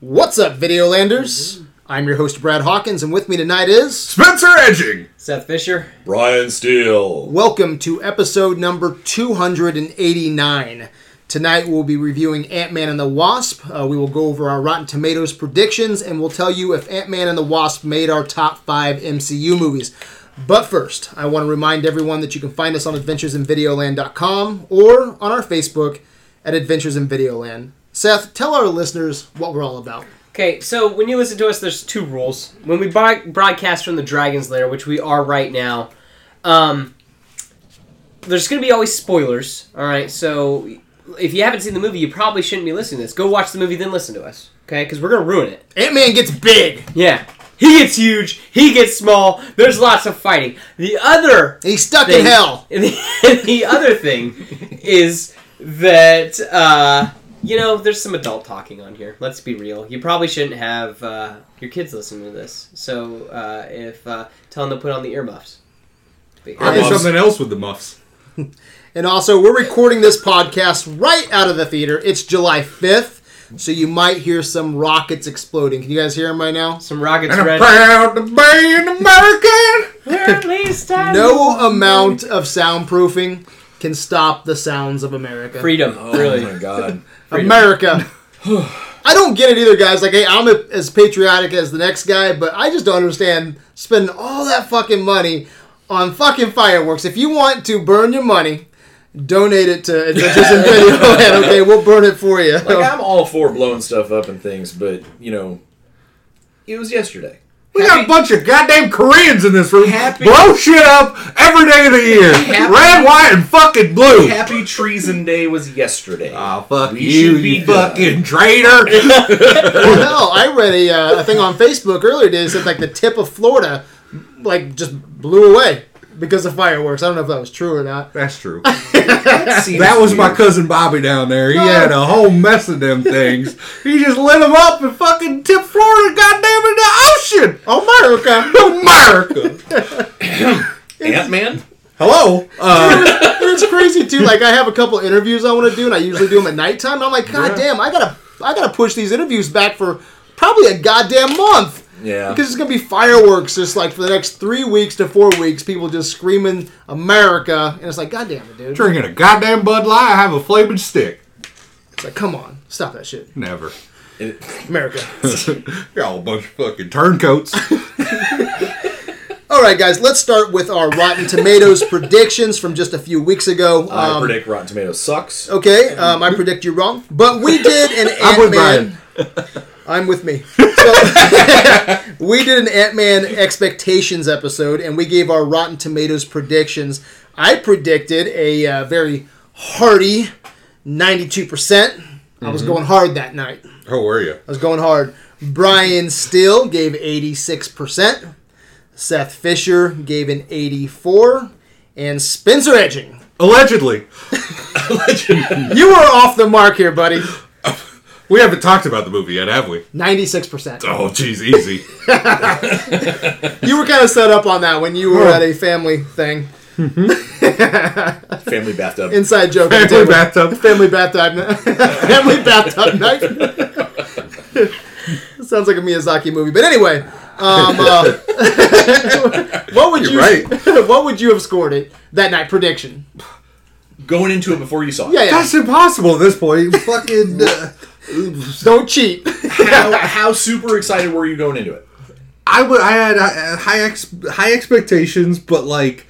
What's up, Videolanders? I'm your host, Brad Hawkins, and with me tonight is. Spencer Edging. Seth Fisher. Brian Steele. Welcome to episode number 289. Tonight we'll be reviewing Ant Man and the Wasp. Uh, we will go over our Rotten Tomatoes predictions, and we'll tell you if Ant Man and the Wasp made our top five MCU movies. But first, I want to remind everyone that you can find us on adventuresinvideoland.com or on our Facebook at Adventures in Videoland. Seth, tell our listeners what we're all about. Okay, so when you listen to us, there's two rules. When we broad- broadcast from the Dragon's Lair, which we are right now, um, there's going to be always spoilers. All right, so if you haven't seen the movie, you probably shouldn't be listening to this. Go watch the movie, then listen to us. Okay, because we're going to ruin it. Ant Man gets big. Yeah. He gets huge. He gets small. There's lots of fighting. The other He's stuck in thing- hell. And the, and the other thing is that uh, you know there's some adult talking on here. Let's be real. You probably shouldn't have uh, your kids listen to this. So uh, if uh, tell them to put on the earmuffs. But- I did something else with the muffs. And also, we're recording this podcast right out of the theater. It's July 5th, so you might hear some rockets exploding. Can you guys hear them right now? Some rockets And I'm red. proud to be an American. At least I No know. amount of soundproofing can stop the sounds of America. freedom. really. Oh my god. America. I don't get it either, guys. Like, hey, I'm a, as patriotic as the next guy, but I just don't understand spending all that fucking money on fucking fireworks. If you want to burn your money, donate it to Adventures in Video Land. Okay, we'll burn it for you. Like I'm all for blowing stuff up and things, but you know, it was yesterday. We got a bunch of goddamn Koreans in this room. Happy- Blow shit up every day of the year. Happy- Red, white, and fucking blue. Happy Treason Day was yesterday. Ah, fuck We you, should be you done. fucking traitor. Well, hell, I read a, uh, a thing on Facebook earlier today that said like the tip of Florida, like just blew away because of fireworks. I don't know if that was true or not. That's true. that seems That was my weird. cousin Bobby down there. He had a whole mess of them things. He just lit them up and fucking tipped Florida goddamn in the ocean. America, America. Ant Man. Hello. Uh, and it's crazy too. Like I have a couple interviews I want to do, and I usually do them at nighttime. And I'm like, God damn, I gotta, I gotta push these interviews back for probably a goddamn month. Yeah. Because it's gonna be fireworks, just like for the next three weeks to four weeks, people just screaming America, and it's like, God damn it, dude! drinking a goddamn Bud Light. I have a flaming stick. It's like, come on, stop that shit, Never. It- America. You're all a bunch of fucking turncoats. All right, guys, let's start with our Rotten Tomatoes predictions from just a few weeks ago. I Um, predict Rotten Tomatoes sucks. okay, um, I predict you're wrong, but we did an I'm Ant with Man. Brian. I'm with me. So, we did an Ant Man expectations episode, and we gave our Rotten Tomatoes predictions. I predicted a uh, very hearty 92%. percent I Mm-hmm. was going hard that night. How are you? I was going hard. Brian Still gave 86%. Seth Fisher gave an 84. And Spencer Edging. Allegedly. You were off the mark here, buddy. We haven't talked about the movie yet, have we? 96%. Oh, jeez, easy. You were kind of set up on that when you were at a family thing. Family bathtub. Inside joke. on the Family table. bathtub. family bathtub. family bathtub night. Sounds like a Miyazaki movie. But anyway, um, uh, what would You're you right. what would you have scored it that night prediction? Going into it before you saw it. Yeah, yeah. That's impossible at this point. Fucking. Uh, Don't cheat. How, how super excited were you going into it? I would. I had uh, high ex- high expectations, but like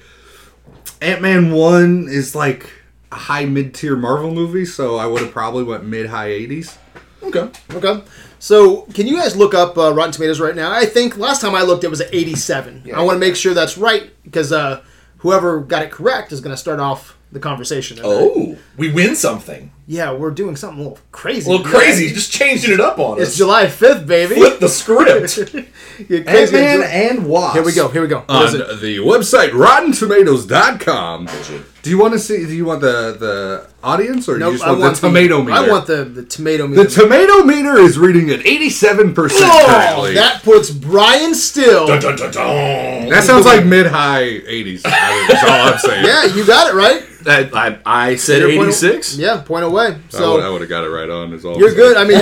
Ant Man one is like a high mid tier Marvel movie, so I would have probably went mid high eighties. Okay. Okay. So, can you guys look up uh, Rotten Tomatoes right now? I think last time I looked, it was at 87. I want to make sure that's right because uh, whoever got it correct is going to start off the conversation. tonight. Oh, we win something. Yeah, we're doing something a little crazy. A little crazy. Just changing it up on It's us. July 5th, baby. Flip the script. You're Ant crazy. Man and Wasp. Uh, Here we go. Here we go. What On is it? the website RottenTomatoes.com, Do you want to see? Do you want the the audience or Nope, you just want, the tomato meter? I want the, the tomato meter. Oh, the tomato meter is reading at eighty seven percent currently. that That, puts Brian Still. Dun, dun, dun, dun. sounds like mid high eighties. That's all I'm saying. Yeah, you got it right. That- I, I, I said Your point- 86. Yeah, point away. So would have got it right on. Is all. You're good. I mean,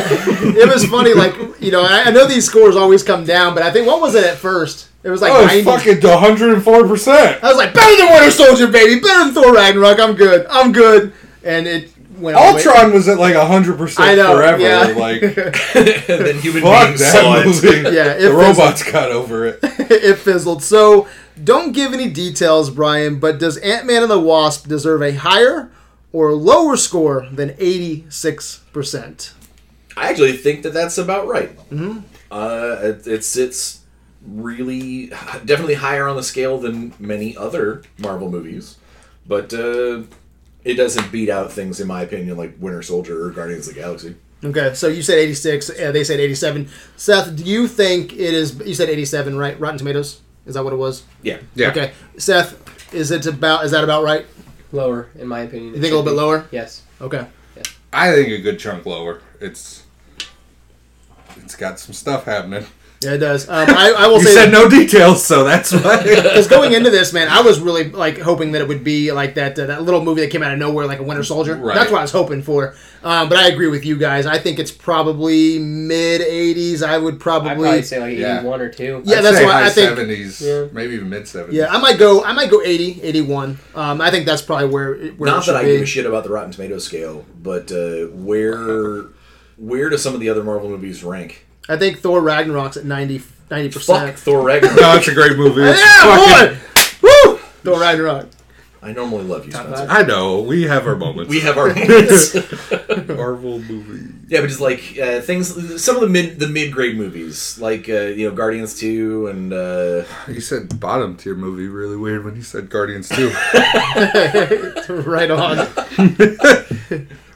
it was funny. Like you know, I, I know these scores always come down, but I think what was it at first? It was like Oh, 90. it's fucking one hundred and four percent. I was like, better than Winter Soldier, baby. Better than Thor Ragnarok. I'm good. I'm good. And it went all the way- Ultron was at like hundred percent I know, forever. yeah. Like and then human fuck beings saw that it. movie. Yeah, it the was- robots got over it. it fizzled. So don't give any details, Brian. But does Ant Man and the Wasp deserve a higher or lower score than 86 percent? I actually think that that's about right. Mm-hmm. Uh, it, it sits really, definitely higher on the scale than many other Marvel movies, but uh, it doesn't beat out things, in my opinion, like Winter Soldier or Guardians of the Galaxy. Okay, so you said 86. Uh, they said 87. Seth, do you think it is? You said 87, right? Rotten Tomatoes. Is that what it was? Yeah. Yeah. Okay, Seth, is it about? Is that about right? Lower, in my opinion. You think a little bit lower? Yes. Okay. I think a good chunk lower. It's it's got some stuff happening. Yeah, it does. Um, I, I will You say said no details, so that's why. Because going into this, man, I was really like hoping that it would be like that uh, that little movie that came out of nowhere, like a Winter Soldier. Right. That's what I was hoping for. Um, but I agree with you guys. I think it's probably mid '80s. I would probably, I'd probably say like Yeah. 81 or 2. Yeah, that's say why I high think- seventies, Yeah. maybe even mid seventies. yeah, I might go. I might go 80, 81. Um, I think that's probably where it, where it Not should that I be. give a shit about the Rotten Tomato scale, but uh, where where do some of the other Marvel movies rank? I think Thor Ragnarok's at 90 Fuck percent. Thor no, Ragnarok. it's a great movie. It's fucking- Yeah, boy. Woo! Thor Ragnarok. I normally love you, Spencer. I know we have our moments. We have our moments. Marvel movies. Yeah, but just like uh, things, some of the mid the mid grade movies, like uh, you know Guardians two and uh, You said bottom tier movie really weird when you said Guardians too. right on.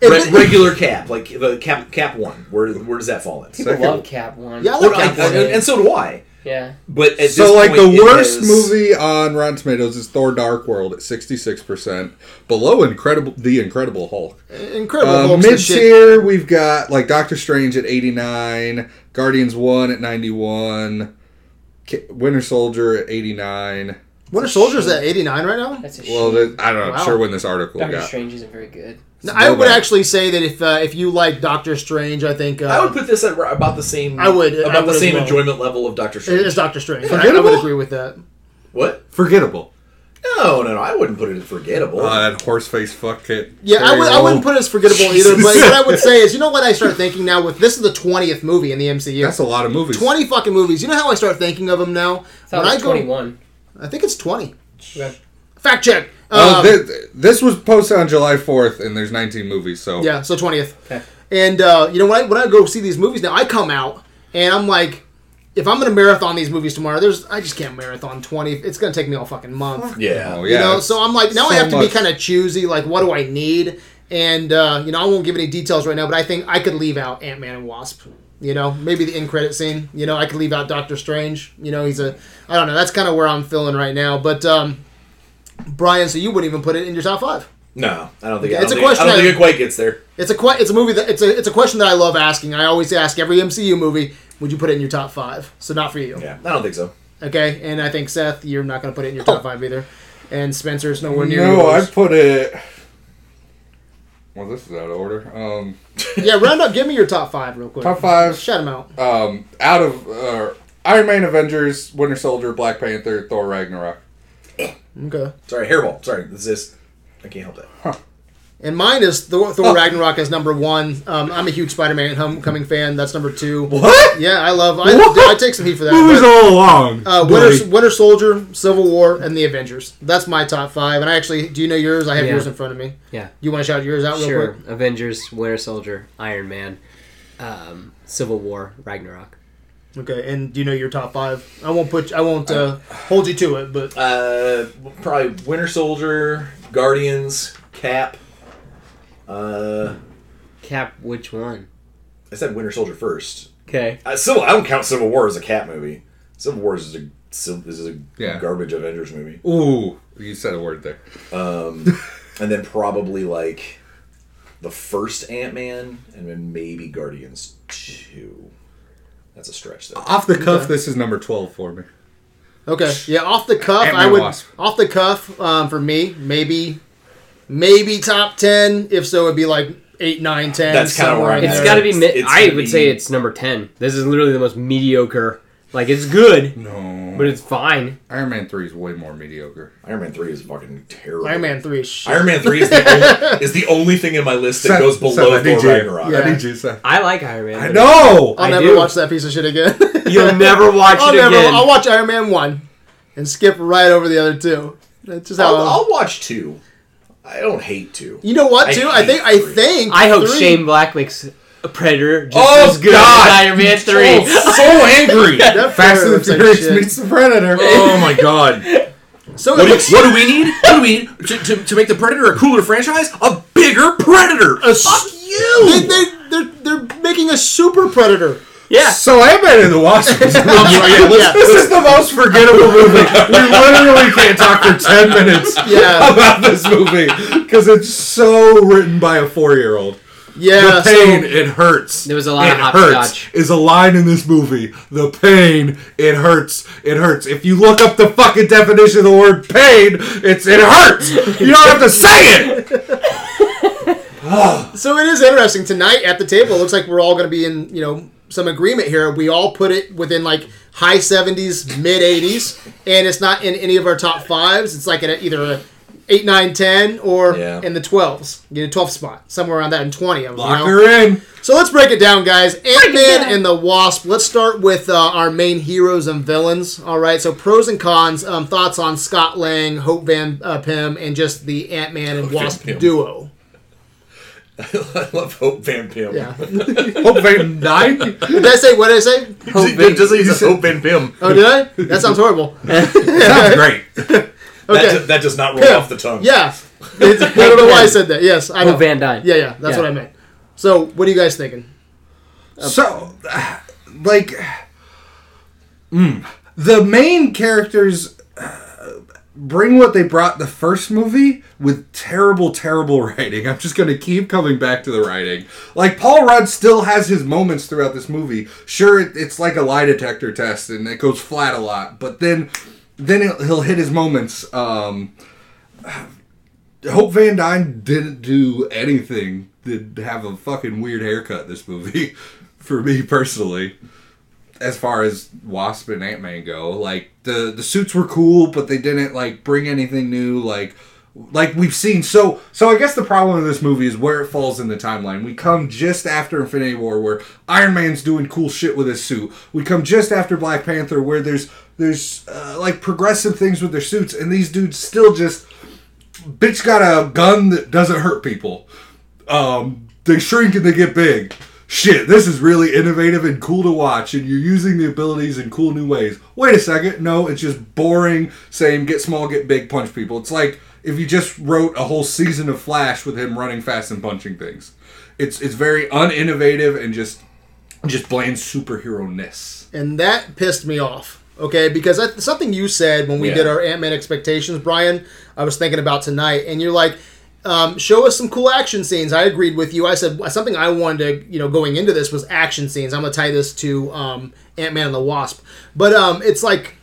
re- regular Cap, like the Cap Cap one. Where where does that fall in? People Second- love Cap 1. Yeah, I Well, like I- Cap I- one. and so do I. Yeah. But at so this like point, the it worst has- movie on Rotten Tomatoes is Thor: Dark World at sixty six percent, below Incredible the Incredible Hulk. Incredible. Uh, Hulk's the mid shit. tier, we've got like Doctor Strange at 89, Guardians 1 at 91, Ki- Winter Soldier at 89. Winter Soldier's at 89 right now. That's a shame. Well, that, I don't know. Wow. I'm sure when this article Doctor got. Strange isn't very good. No, I would Nobody. actually say that if uh, if you like Doctor Strange, I think uh, I would put this at ra- about the same. I would- I about would the as same well. enjoyment level of uh, it Doctor is Strange. Doctor Strange. I, I would Forgettable? agree with that. What? Forgettable. No, no, no. I wouldn't put it as forgettable. Uh, that horse face fuck it. Yeah, I, would, I wouldn't put it as forgettable either. But Jesus. what I would say is, you know what I start thinking now with this is the twentieth movie in the MCU. That's a lot of movies. twenty fucking movies. You know how I start thinking of them now? I thought it was I go, 21. I think it's twenty. Okay. Fact check. Uh, Um, thi- this was posted on July 4th, and there's 19 movies, so. yeah, so twentieth. Okay. And uh, you know when I, when I go see these movies now, I come out and I'm like, if I'm gonna marathon these movies tomorrow, there's I just can't marathon twenty. It's gonna take me all fucking month. yeah. Oh, You yeah. know, so I'm like, now I so have to much. be kind of choosy. Like, what do I need? And uh, you know, I won't give any details right now, but I think I could leave out Ant Man and Wasp. You know, maybe the end credit scene. You know, I could leave out Doctor Strange. You know, he's a I don't know. That's kind of where I'm feeling right now. But um, Brian, so you wouldn't even put it in your top five. No, I don't think. I It's don't a think, question I don't I- think it quite gets there. It's a que- it's a movie that it's a it's a question that I love asking. I always ask every MCU movie. Would you put it in your top five? So not for you, Yeah, I don't think so. okay? And I think Seth, you're not going to put it in your top five either, and Spencer's nowhere near. Oh. No, I yours. put it. Well, this is out of order. Um, Yeah, round up. Give me your top five real quick. Top five. Shout them out. um, out of uh, Iron Man, Avengers, Winter Soldier, Black Panther, Thor, Ragnarok. Okay. Sorry, hairball. Sorry, this is. I can't help that. And mine is Thor, Oh. Thor Ragnarok is number one. Um, I'm a huge Spider-Man Homecoming fan. That's number two. What? Yeah, I love. I, What? dude, I take some heat for that. Movies but, all along. uh, Winter, Winter Soldier, Civil War, and the Avengers. That's my top five. And I actually, do you know yours? I have Yeah. yours in front of me. Yeah. You want to shout yours out real Sure. quick? Avengers, Winter Soldier, Iron Man, um, Civil War, Ragnarok. Okay. And do you know your top five? I won't put. I won't uh, hold you to it. But Uh, probably Winter Soldier, Guardians, Cap. Uh, Cap, which one? I said Winter Soldier first. Okay. Uh, Civil, I don't count Civil War as a Cap movie. Civil War is a civ- this is a Yeah. garbage Avengers movie. Ooh, you said a word there. Um, and then probably like the first Ant Man, and then maybe Guardians two. That's a stretch though. Off the cuff, this is number 12 for me. Okay. Yeah, off the cuff, Ant-Man I would Wasp. off the cuff um, for me maybe maybe top ten. If so, it'd be like eight, nine, ten. That's kinda somewhere where I'm in at. It's there. got to be. It's- Mi- it's I gotta would be- say it's number ten. This is literally the most mediocre. Like it's good, No. but it's fine. Iron Man 3 is way more mediocre. Iron Man three is fucking terrible. Iron Man three. is Shit. Iron Man three is the only, is the only thing in my list that Seth- goes Seth, below I need Thor you. Ragnarok. Yeah. I need you, Seth. I like Iron Man. I but know! I'll I never do. watch that piece of shit again. You'll never watch I'll it never. again. I'll watch Iron Man one and skip right over the other two. That's just how. I'll, I'm- I'll watch two. I don't hate two. you know what? I Too. I, hate think. I three. think. I hope three- Shane Black makes a Predator just Oh, as good God. as Iron Man three. Oh, so angry! That Fast trailer and looks the like Furious shit. meets the Predator. Oh my god. So What do, it's what do we need? What do we need to, to, to make the Predator a cooler franchise? A bigger Predator! Fuck they, you! they, they're, they're making a super predator. yeah, So Ant Man and the Wasp was Yeah. This is the most forgettable movie. We literally can't talk for 10 minutes Yeah. about this movie because it's so written by a four year old. Yeah. the pain, So, it hurts. There was a lot it of hurts hopscotch. is a line in this movie. The pain, it hurts, it hurts. If you look up the fucking definition of the word pain, it's it hurts. You don't have to say it. so it is interesting tonight at the table. It looks like we're all going to be in you know some agreement here. We all put it within like high seventies, mid eighties, and it's not in any of our top fives. It's like at either a eight, nine, ten, or Yeah. in the twelves, you know, twelfth spot, somewhere around that, and twenty. of them, you know? Lock her in. So let's break it down, guys. Ant Man down. and the Wasp. Let's start with uh, our main heroes and villains. All right. So pros and cons. Um, thoughts on Scott Lang, Hope Van uh, Pym, and just the Ant Man and Van Wasp Pym. duo. I love Hope Van Pym. Yeah. Hope they die. Did I say what did I say? Hope Van, just like it's Hope Van Pym. Oh, did I? That sounds horrible. Sounds great. Okay. That, ju- that does not roll Pym. off the tongue. Yeah. It's, I don't know why I said that. Yes, I know. Hope Oh, Van Dyne. Yeah, yeah. That's Yeah. what I meant. So what are you guys thinking? So, like, mm, the main characters uh, bring what they brought the first movie with terrible, terrible writing. I'm just going to keep coming back to the writing. Like, Paul Rudd still has his moments throughout this movie. Sure, it, it's like a lie detector test and it goes flat a lot, but then. Then he'll, he'll hit his moments. Um, Hope Van Dyne didn't do anything to have a fucking weird haircut this movie, for me personally. As far as Wasp and Ant Man go, like the the suits were cool, but they didn't like bring anything new. Like like we've seen. So so I guess the problem of this movie is where it falls in the timeline. We come just after Infinity War, where Iron Man's doing cool shit with his suit. We come just after Black Panther, where there's there's uh, like progressive things with their suits, and these dudes still just bitch got a gun that doesn't hurt people. Um, they shrink and they get big. Shit, this is really innovative and cool to watch, and you're using the abilities in cool new ways. Wait a second, no, it's just boring. Same, get small, get big, punch people. It's like if you just wrote a whole season of Flash with him running fast and punching things. It's it's very uninnovative and just just bland superhero ness. and that pissed me off. Okay, because that, something you said when we Yeah. did our Ant Man expectations, Brian, I was thinking about tonight, and you're like, um, "Show us some cool action scenes." I agreed with you. I said something I wanted to, you know, going into this was action scenes. I'm gonna tie this to um, Ant Man and the Wasp, but um, it's like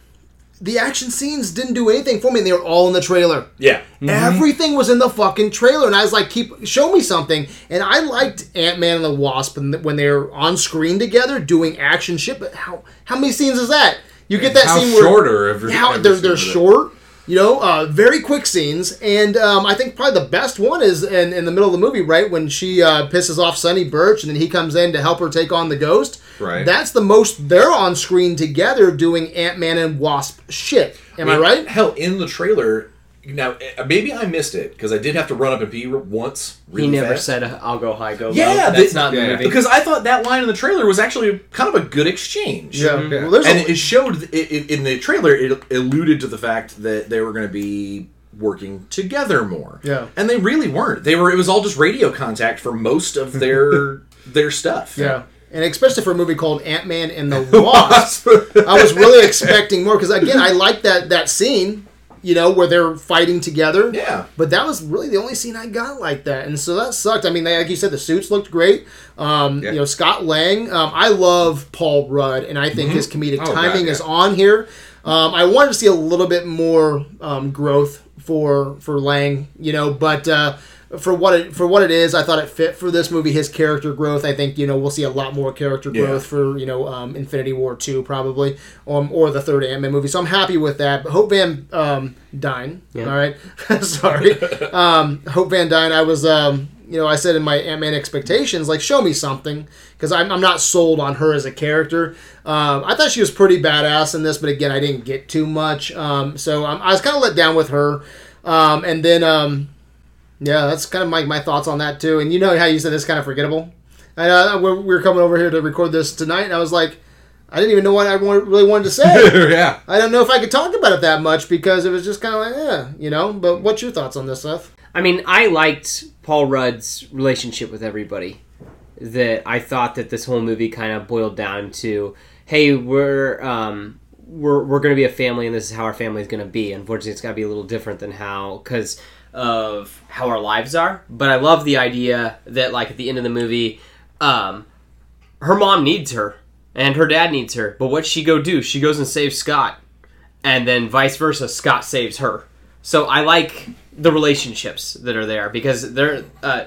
the action scenes didn't do anything for me. and They were all in the trailer. Yeah. Mm-hmm. Everything was in the fucking trailer, and I was like, "Keep show me something." And I liked Ant Man and the Wasp and when they're on screen together doing action shit. But how how many scenes is that? You get that How scene shorter? where Every, how every they're scene they're of it. short, you know, uh, very quick scenes. And um, I think probably the best one is in, in the middle of the movie, right when she uh, pisses off Sonny Birch, and then he comes in to help her take on the ghost. Right. That's the most they're on screen together doing Ant Man and Wasp shit. Am I mean, right? Hell, in the trailer, now eh, maybe I missed it because I did have to run up and pee re- once. he Really never fast. said "I'll go high, go Yeah, low." that- That's not in yeah. the movie. Because I thought that line in the trailer was actually kind of a good exchange. Yeah. Yeah. Well, there's a- and it showed it, it, in the trailer. It alluded to the fact that they were going to be working together more. Yeah. and they really weren't. They were. It was all just radio contact for most of their their stuff. Yeah. And especially for a movie called Ant Man and the Wasp, I was really expecting more because again, I like that that scene. you know, where they're fighting together. Yeah. But that was really the only scene I got like that, and so that sucked. I mean, they, like you said, the suits looked great. Um, Yeah. You know, Scott Lang. Um, I love Paul Rudd, and I think his comedic Oh, God, timing yeah. is on here. Um, I wanted to see a little bit more um, growth for for Lang, you know, but uh, for what it for what it is, I thought it fit for this movie. His character growth, I think, you know, we'll see a lot more character Yeah. growth for you know um, Infinity War two probably, um, or the third Ant Man movie. So I'm happy with that. But Hope Van um, Dyne, Yeah. all right, sorry, um, Hope Van Dyne. I was. Um, you know, I said in my Ant Man expectations, like, show me something, because I'm, I'm not sold on her as a character. Um, I thought she was pretty badass in this, but again, I didn't get too much. Um, so um, I was kind of let down with her. Um, and then, um, yeah, that's kind of my, my thoughts on that, too. And you know how you said it's kind of forgettable? I know we we were coming over here to record this tonight, and I was like, I didn't even know what I wa- really wanted to say. yeah. I don't know if I could talk about it that much because it was just kind of like, yeah, you know. But what's your thoughts on this, Seth? I mean, I liked Paul Rudd's relationship with everybody. That I thought that this whole movie kind of boiled down to, hey, we're um, we're we're going to be a family, and this is how our family is going to be. Unfortunately, it's got to be a little different than how because of how our lives are. But I love the idea that like at the end of the movie, um, her mom needs her and her dad needs her. But what's she go do? She goes and saves Scott, and then vice versa. Scott saves her. So I like the relationships that are there because they're, uh,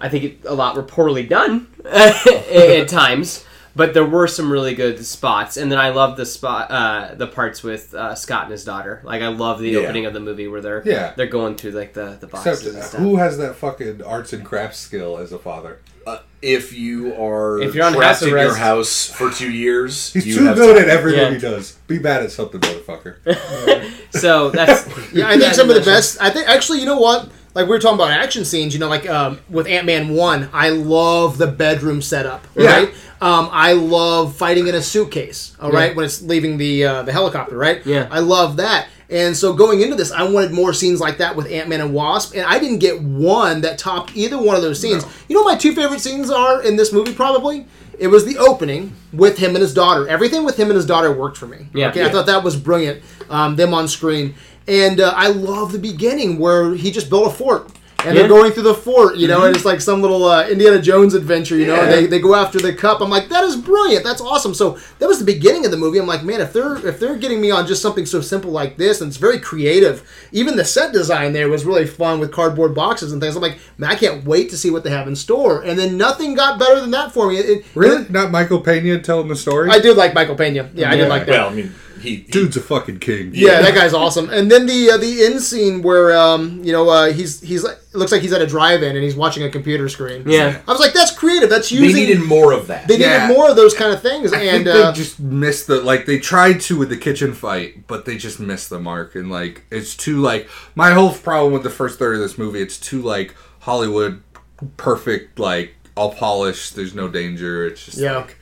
I think, it, a lot were poorly done at times, but there were some really good spots. And then I love the spot, uh, the parts with uh, Scott and his daughter. Like I love the Yeah. opening of the movie where they're Yeah. they're going through like the the boxes Except and uh, stuff. who has that fucking arts and crafts skill as a father? Uh, if you are If you're on trapped house in your arrest- house for two years, He's you too have good time. at everything Yeah. he does. Be bad at something, motherfucker. So that's Yeah, I think that's some of the interesting. best. I think actually, you know what? Like we were talking about action scenes, you know, like um, with Ant Man one, I love the bedroom setup. Yeah. Right? Um, I love fighting in a suitcase. All right, when it's leaving the uh, the helicopter. Right. Yeah. I love that. And so going into this, I wanted more scenes like that with Ant Man and Wasp, and I didn't get one that topped either one of those scenes. You know, what my two favorite scenes are in this movie probably. It was the opening with him and his daughter. Everything with him and his daughter worked for me. Yeah. Okay, I Yeah. thought thought that was brilliant. Um, them on screen, and uh, I love the beginning where he just built a fort. And they're Yeah. going through the fort, you know, Mm-hmm. and it's like some little uh, Indiana Jones adventure, you know. And they, they go after the cup. I'm like, that is brilliant. That's awesome. So that was the beginning of the movie. I'm like, man, if they're if they're getting me on just something so simple like this, and it's very creative. Even the set design there was really fun with cardboard boxes and things. I'm like, man, I can't wait to see what they have in store. And then nothing got better than that for me. It- it- Really? Not Michael Pena telling the story? I did like Michael Pena. Yeah, I did Yeah. like that. Well, I mean, he, he Dude's a fucking king. Yeah, that guy's awesome. And then the uh, the end scene where um you know uh, he's he's it looks like he's at a drive-in and he's watching a computer screen. Yeah. I was like, that's creative. That's they using. needed more of that. they needed Yeah. more of those kind of things. I and think uh, they just missed the like they tried to with the kitchen fight, but they just missed the mark and like it's too like my whole problem with the first third of this movie, it's too like Hollywood perfect, like all polished, there's no danger. It's just yeah, like,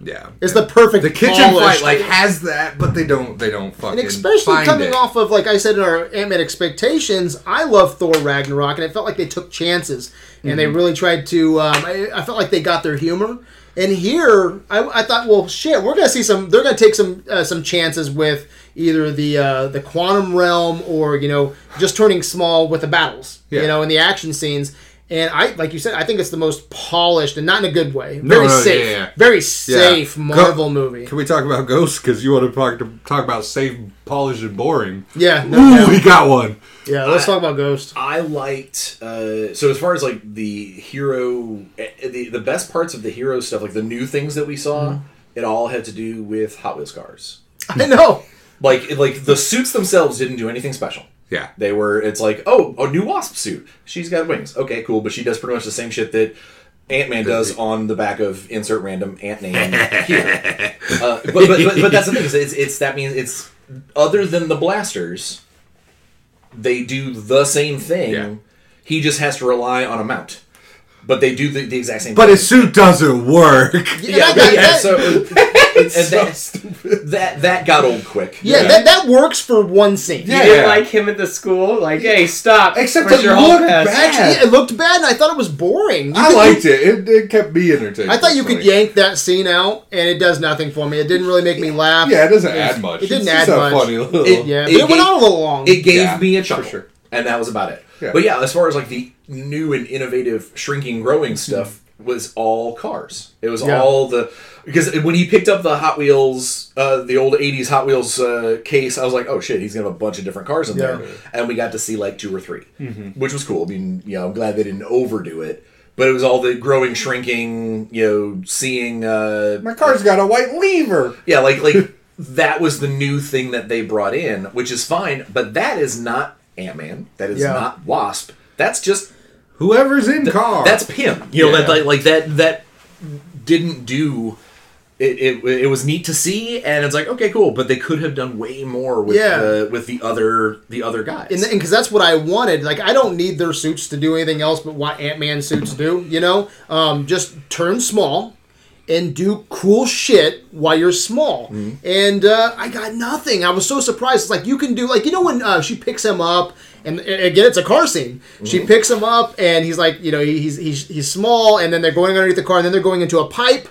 yeah. it's the perfect the kitchen polished- fight like has that, but they don't they don't fucking And especially find coming it. off of, like I said in our Ant Man expectations, I love Thor Ragnarok, and it felt like they took chances and Mm-hmm. they really tried to. Um, I, I felt like they got their humor. And here, I, I thought, well, shit, we're gonna see some. They're gonna take some uh, some chances with either the uh, the quantum realm or you know just turning small with the battles, Yeah. you know, in the action scenes. And I, like you said, I think it's the most polished and not in a good way. No, Very no, yeah, safe, yeah. very safe Go- Marvel movie. Can we talk about ghosts? Because you want to talk, to talk about safe, polished, and boring. Yeah, no, Ooh, yeah, we got one. yeah. Let's talk about Ghost. I liked uh, so as far as like the hero, eh, the the best parts of the hero stuff, like the new things that we saw, Mm-hmm. it all had to do with Hot Wheels cars. I know. Like like the suits themselves didn't do anything special. Yeah. They were. It's like oh, a new wasp suit. She's got wings. Okay, cool. But she does pretty much the same shit that Ant Man does on the back of insert random Ant name here. Uh, but, but, but but that's the thing. is It's, it's that means it's other than the blasters, they do the same thing. Yeah. He just has to rely on a mount. But they do the, the exact same. But thing. his suit doesn't work. Yeah, yeah, and I got yeah, that- So and, and so that, stupid. that that got old quick. Yeah, That, that works for one scene. Yeah. You didn't like him at the school? Like, hey, stop. Except Where's it your hall looked pass? bad. Actually, it looked bad, and I thought it was boring. You I could- liked it. it. It kept me entertained. I thought you That's could funny. yank that scene out, and it does nothing for me. It didn't really make me laugh. Yeah, it doesn't add much. It didn't it's just add a much. Funny little. It- Yeah, but It it, went gave- on a little long. It gave Yeah, me a for chuckle, sure. and that was about it. Yeah. But yeah, as far as like the new and innovative shrinking, growing stuff was all cars. It was Yeah. all the because when he picked up the Hot Wheels, uh, the old '80s Hot Wheels uh, case, I was like, oh shit, he's gonna have a bunch of different cars in Yeah. Mm-hmm. there, and we got to see like two or 3 which was cool. I mean, you know, I'm glad they didn't overdo it. But it was all the growing, shrinking, you know, seeing. Uh, My car's got a white lever. yeah, like like that was the new thing that they brought in, which is fine, but that is not Ant Man. That is Yeah. not Wasp. That's just Whoever's in car. that's Pym. You know, that Yeah. like, like that that didn't do it, it, it was neat to see and it's like okay cool but they could have done way more with Yeah. the with the other the other guys and because that's what I wanted. Like I don't need their suits to do anything else but what Ant Man suits do. You know, um, just turn small and do cool shit while you're small. And uh, I got nothing. I was so surprised. It's like you can do like you know when uh, she picks him up. And and again, it's a car scene. She picks him up, and he's like, you know, he- he's, he's he's small, and then they're going underneath the car, and then they're going into a pipe,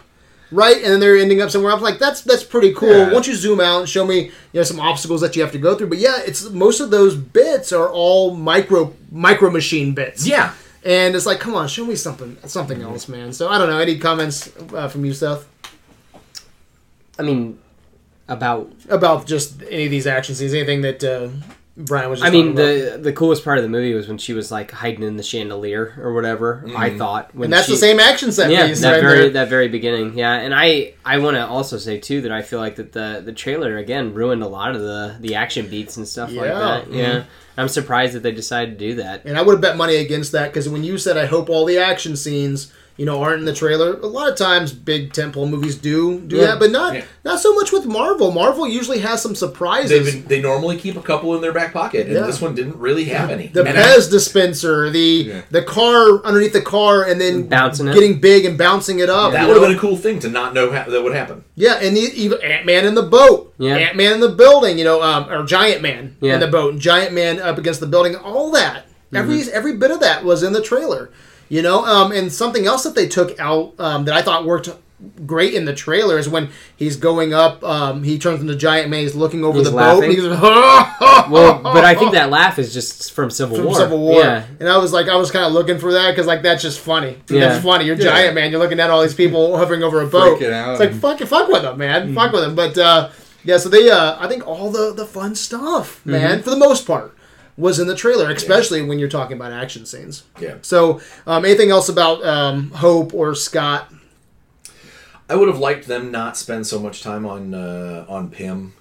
right? And then they're ending up somewhere. I'm like, that's that's pretty cool. Yeah. Once you zoom out and show me, you know, some obstacles that you have to go through. But yeah, it's most of those bits are all micro micro machine bits. yeah and it's like, come on, show me something Mm-hmm. something else, man. So I don't know. Any comments uh, from you, Seth, I mean, about. about just any of these action scenes? Anything that uh, Brian was? Just I mean, talking about? the the coolest part of the movie was when she was like hiding in the chandelier or whatever. I thought Mm-hmm. when and that's she, the same action set Yeah, piece that right very there. that very beginning. Yeah, and I I want to also say too that I feel like that the the trailer again ruined a lot of the the action beats and stuff like Yeah. Mm-hmm. that. Yeah, I'm surprised that they decided to do that. And I would have bet money against that because when you said, "I hope all the action scenes." You know, aren't in the trailer. A lot of times, big temple movies do do Yeah. that, but not Yeah. not so much with Marvel. Marvel usually has some surprises. they, would- they normally keep a couple in their back pocket and Yeah. this one didn't really have any the And I- Pez dispenser, the Yeah. the car underneath the car, and then Bouncing it. getting big and bouncing it up. that you would have know? been a cool thing to not know how, that would happen yeah, and the, even Ant Man in the boat, Yeah. Ant Man in the building, you know, um, or Giant Man Yeah. Mm-hmm. in the boat, and Giant Man up against the building. All that, every every bit of that was in the trailer, you know. Um, and something else that they took out um, that I thought worked great in the trailer is when he's going up, um, he turns into Giant Man, he's looking over He's the boat, laughing. and he goes, "Ha, ha, Well, but I think that laugh is just from Civil Oh, from War. Civil War. Yeah. And I was like, I was kind of looking for that because like that's just funny. Yeah. That's funny. You're giant man. You're looking at all these people hovering over a boat. Freaking out It's like and- fuck, fuck with them, man. Mm. Fuck with them. But uh, yeah, so they, uh, I think all the the fun stuff, Mm-hmm. man, for the most part, was in the trailer, especially when you're talking about action scenes. yeah So um, anything else about um, Hope or Scott? I would have liked them not spend so much time on uh, on Pym.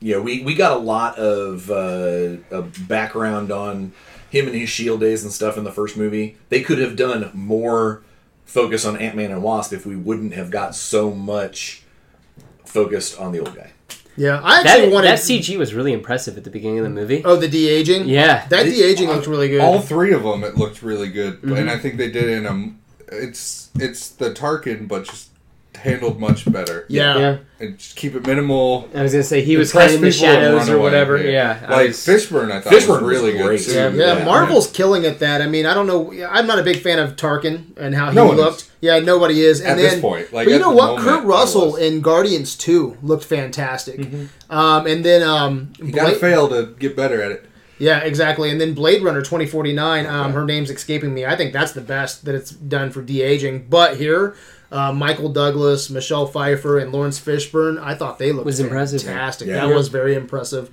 Yeah, we, we got a lot of, uh, of background on him and his Shield E days and stuff in the first movie. They could have done more focus on Ant Man and Wasp if we wouldn't have got so much focused on the old guy. Yeah, I actually That, wanted. that CG was really impressive at the beginning of the movie. Oh, the de aging. Yeah. that de aging looks really good. Mm-hmm. All three of them, it looked really good, and I think they did in a. It's it's the Tarkin, but just handled much better. yeah. yeah. and just keep it minimal. I was gonna say he was Impress kind of in the people and shadows run or away, whatever. Yeah, I like was- Fishburne, I thought was Fishburne was really great. good too. Yeah. Yeah, Marvel's killing at that. I mean, I don't know. I'm not a big fan of Tarkin and how he No one looked. is. Yeah, nobody is. And At then, this point, like, but you at know the what? moment, Kurt I Russell was. Mm-hmm. in Guardians 2 looked fantastic. Um, and then, um, You gotta Blade- fail to get better at it. yeah, exactly. And then Blade Runner 2049. Um, her name's escaping me. I think that's the best that it's done for de aging. But here. Uh, Michael Douglas, Michelle Pfeiffer, and Lawrence Fishburne. I thought they looked Was impressive. fantastic. Yeah. That was very impressive.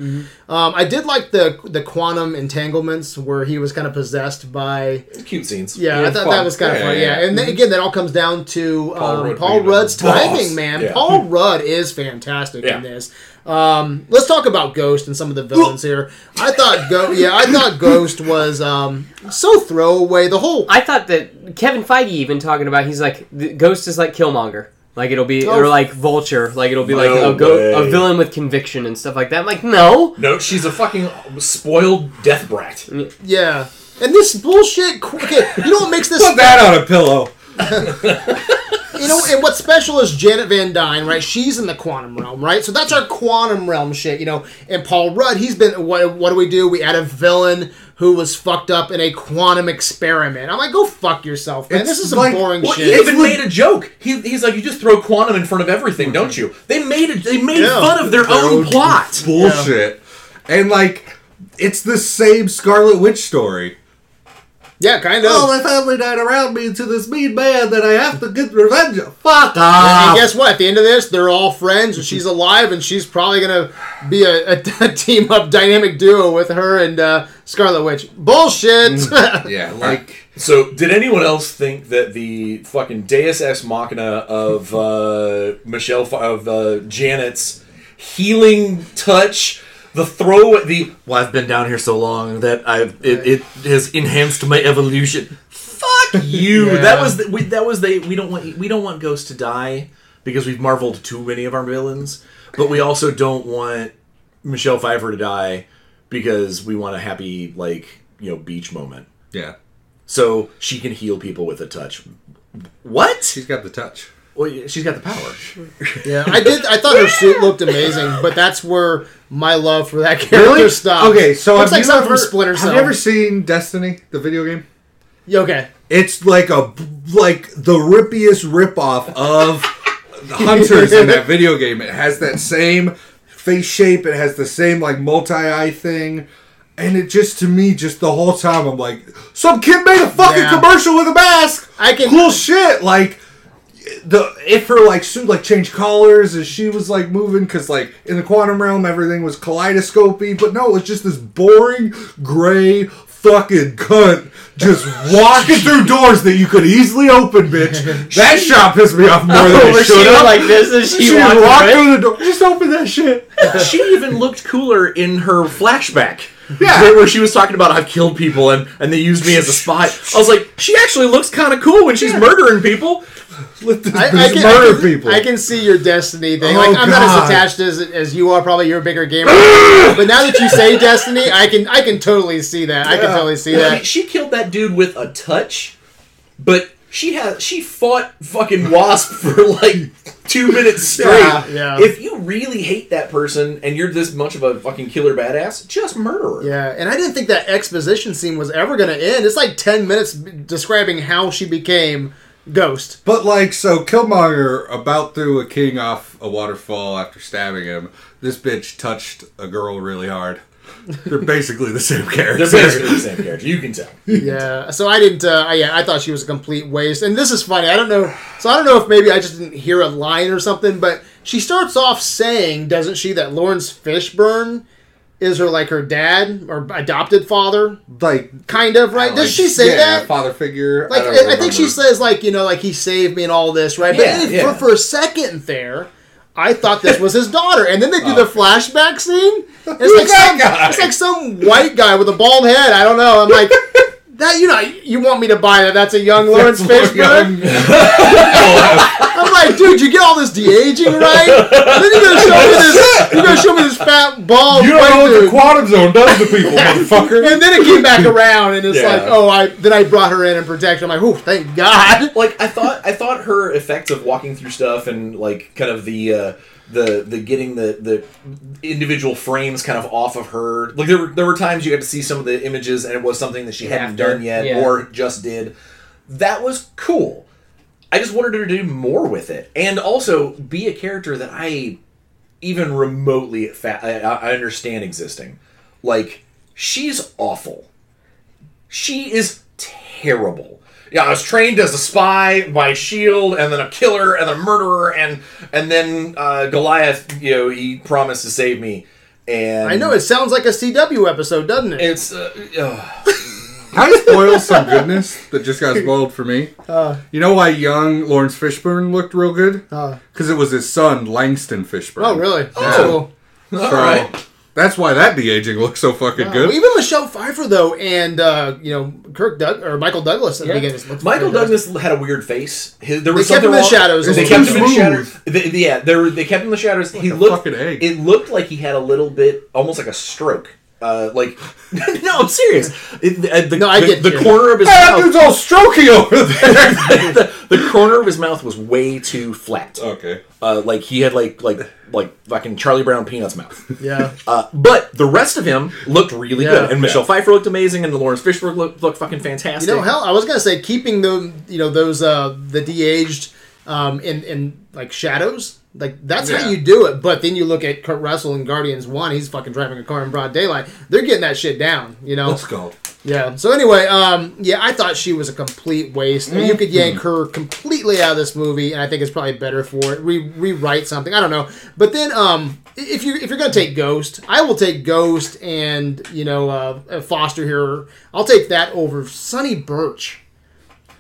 Um, I did like the the quantum entanglements where he was kind of possessed by Cute scenes. yeah, Yeah, I thought fun. that was kind of Yeah, funny. yeah, Yeah, yeah. and then, again, that all comes down to um, Paul, Paul Rudd being Rudd's the boss. timing, man. Yeah. Paul Rudd is fantastic Yeah. in this. Um, let's talk about Ghost and some of the villains here. I thought Go, yeah, I thought Ghost was um, so throwaway. The whole I thought that Kevin Feige even talking about he's like the Ghost is like Killmonger. Like it'll be, or Oh. like Vulture, like it'll be No like a, go- a way. villain with conviction and stuff like that. I'm like, no, No, she's a fucking spoiled death brat. yeah, and this bullshit. qu- Okay, you know what makes this Put that on a pillow. you know, and what's special is Janet Van Dyne, right? She's in the quantum realm, right? So that's our quantum realm shit, you know. And Paul Rudd, he's been. What, what do we do? We add a villain who was fucked up in a quantum experiment. I'm like, go fuck yourself, man. It's this is some like- boring Well, he shit. even made a joke. He, he's like, you just throw quantum in front of everything, don't you? They made it. They made Yeah. fun of their, own plot. bullshit. And like, it's the same Scarlet Witch story. yeah, kind of. Oh, my family died around me to this mean man that I have to get revenge. on. Fuck And off. guess what? At the end of this, they're all friends, Mm-hmm. and she's alive, and she's probably gonna be a, a, team up dynamic duo with her and uh, Scarlet Witch. Bullshit. Yeah, like So, did anyone else think that the fucking Deus Ex Machina of uh, Michelle F- of uh, Janet's healing touch, the throw at the well, I've been down here so long that I've it, it has enhanced my evolution. Fuck you. Yeah. That was the, we, that was the we don't want we don't want ghosts to die because we've marveled too many of our villains, but we also don't want Michelle Pfeiffer to die because we want a happy like you know beach moment yeah, so she can heal people with a touch. What? she's got the touch. Well, yeah, she's got the power. yeah, I did. I thought her suit looked amazing, but that's where my love for that character stopped. Okay, so looks have like you something ever, from Splinter Cell. Have you ever seen Destiny, the video game? Yeah, okay. It's like a like the rippiest ripoff of the hunters in that video game. It has that same face shape. It has the same like multi eye thing. And it just to me, just the whole time, I'm like, some kid made a fucking Yeah. commercial with a mask. I can- cool shit. Like the if her like suit like changed colors as she was like moving, because like in the quantum realm everything was kaleidoscopy, but no, it was just this boring gray fucking cunt just walking through doors that you could easily open, bitch. That shot pissed me off more Oh, than Where it she should went have. like this and she, She walked walked away. through the door. Just open that shit. she even looked cooler in her flashback. Yeah. Where, where she was talking about I've killed people and, and they used me as a spy. I was like, she actually looks kind of cool when she's murdering people. Let this I, I bitch can, murder I can, people. I can see your destiny thing. Oh, like I'm not as God. attached as, as you are. Probably you're a bigger gamer. but now that you say destiny, I can I can totally see that. I can Yeah. totally see Well, I mean, that. she killed that dude with a touch, but she has she fought fucking wasp for like two minutes straight. Yeah, yeah. If you really hate that person and you're this much of a fucking killer badass, just murder her. Yeah, and I didn't think that exposition scene was ever going to end. It's like 10 minutes b- describing how she became Ghost. But like, so Killmonger about threw a king off a waterfall after stabbing him. This bitch touched a girl really hard. They're basically the same character. They're basically the same character. You can tell. Yeah, so I didn't. Uh, I- yeah, I thought she was a complete waste. And this is funny. I don't know. So I don't know if maybe I just didn't hear a line or something, but she starts off saying, doesn't she, that Lawrence Fishburne is her like her dad or adopted father, like, kind of right? like, Does she say yeah, that? father figure? Like don't I, I think she remember. says like you know like he saved me and all this right, Yeah, but then yeah. for for a second there, I thought this was his daughter, and then they do the flashback scene. and It's like Oh. some that guy? it's like some white guy with a bald head. I don't know. I'm like that. You know you want me to buy that? That's a young Lawrence That's Fishburne. I'm like, dude, you get all this de aging right, and then you're gonna show me this. You're gonna show me this fat bald You don't know white what the dude. quantum zone does to people, motherfucker. And then it came back around, and it's Yeah. like, oh, I then I brought her in and protected. her. I'm like, oh, thank God. like I thought I thought her effects of walking through stuff and like kind of the uh, the the getting the the individual frames kind of off of her like there were there were times you got to see some of the images and it was something that she hadn't After, done yet yeah. or just did that was cool I just wanted her to do more with it and also be a character that I even remotely fa- I, I understand existing like she's awful she is terrible. Yeah, I was trained as a spy by Shield, and then a killer, and a murderer, and and then uh, Goliath. You know, he promised to save me, and I know it sounds like a CW episode, doesn't it? It's uh, ugh. Can I spoil some goodness that just got spoiled for me? you know why young Lawrence Fishburne looked real good? Uh. Because it was his son, Langston Fishburne. Oh, really? Oh. all So right. that's why that de aging looks so fucking Cool. good. Even Michelle Pfeiffer though, and uh, you know Kirk Doug or Michael Douglas at Yeah. the beginning. looked Michael fantastic. Douglas had a weird face. His, there They was kept something him in the wrong- shadows a They little kept bit. him in the Too shadows. They, they- yeah, they, were, they kept him in the shadows. he a looked. fucking egg. It looked like he had a little bit, almost like a stroke. uh, like no, I'm serious. It, the, uh, the, No, I the- get the you. corner of his That mouth, dude's all strokey over there. the, the corner of his mouth was way too flat. okay. Uh, like he had like like like fucking Charlie Brown Peanuts mouth. Yeah. Uh, but the rest of him looked really Yeah. good, and Michelle Pfeiffer looked amazing, and Lawrence Fishburne looked, looked fucking fantastic. You know, hell, I was gonna say keeping the you know those uh the de-aged um in in like shadows. Like that's how Yeah. you do it. But then you look at Kurt Russell in Guardians One. He's fucking driving a car in broad daylight. They're getting that shit down. You know. Let's go. Yeah. So anyway, um, yeah, I thought she was a complete waste. Mm-hmm. You could yank her completely out of this movie, and I think it's probably better for it. Re- rewrite something. I don't know. But then, um, i- if you if you're gonna take Ghost, I will take Ghost and you know uh, uh, Foster here. I'll take that over Sonny Birch.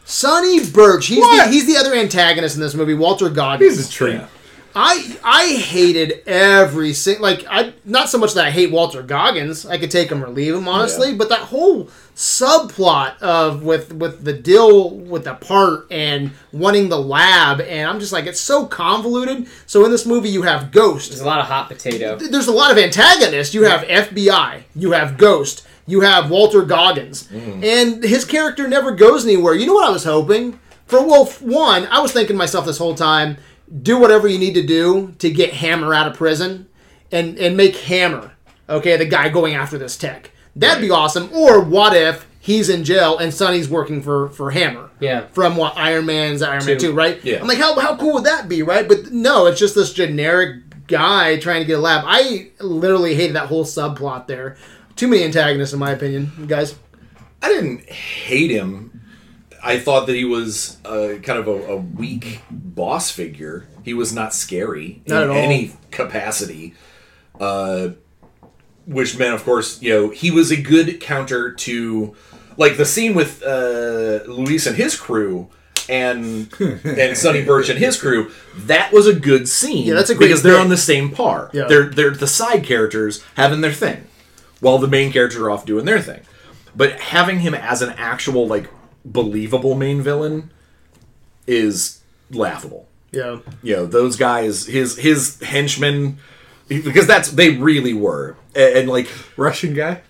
Sonny Birch. He's What? the, he's the other antagonist in this movie. Walter Goggins. He's a treat. Yeah. I I hated every single like I not so much that I hate Walter Goggins. I could take him or leave him honestly, but that whole subplot of with with the deal with the part and wanting the lab and I'm just like it's so convoluted. So in this movie you have Ghost, There's a lot of hot potato. there's a lot of antagonists. You have FBI, you have Ghost, you have Walter Goggins, and his character never goes anywhere. You know what I was hoping for? Well, f- one, I was thinking to myself this whole time: do whatever you need to do to get Hammer out of prison, and and make Hammer okay the guy going after this tech. That'd be awesome. Or what if he's in jail and Sonny's working for for Hammer? Yeah. From what Iron Man's Iron Man Two. Two, right? Yeah. I'm like, how how cool would that be, right? But no, it's just this generic guy trying to get a lab. I literally hated that whole subplot there. Too many antagonists, in my opinion, you guys. I didn't hate him. I thought that he was uh, kind of a, a weak boss figure. He was not scary Not at in all. any capacity. Uh, which meant, of course, you know, he was a good counter to, like the scene with uh, Luis and his crew. And and Sonny Birch and his crew, that was a good scene. Yeah, that's a great because they're bit. on the same par. Yeah. They're they're the side characters having their thing, while the main characters are off doing their thing. But having him as an actual like believable main villain is laughable. Yeah. You know those guys, his his henchmen, because that's they really were, and, and like Russian guy.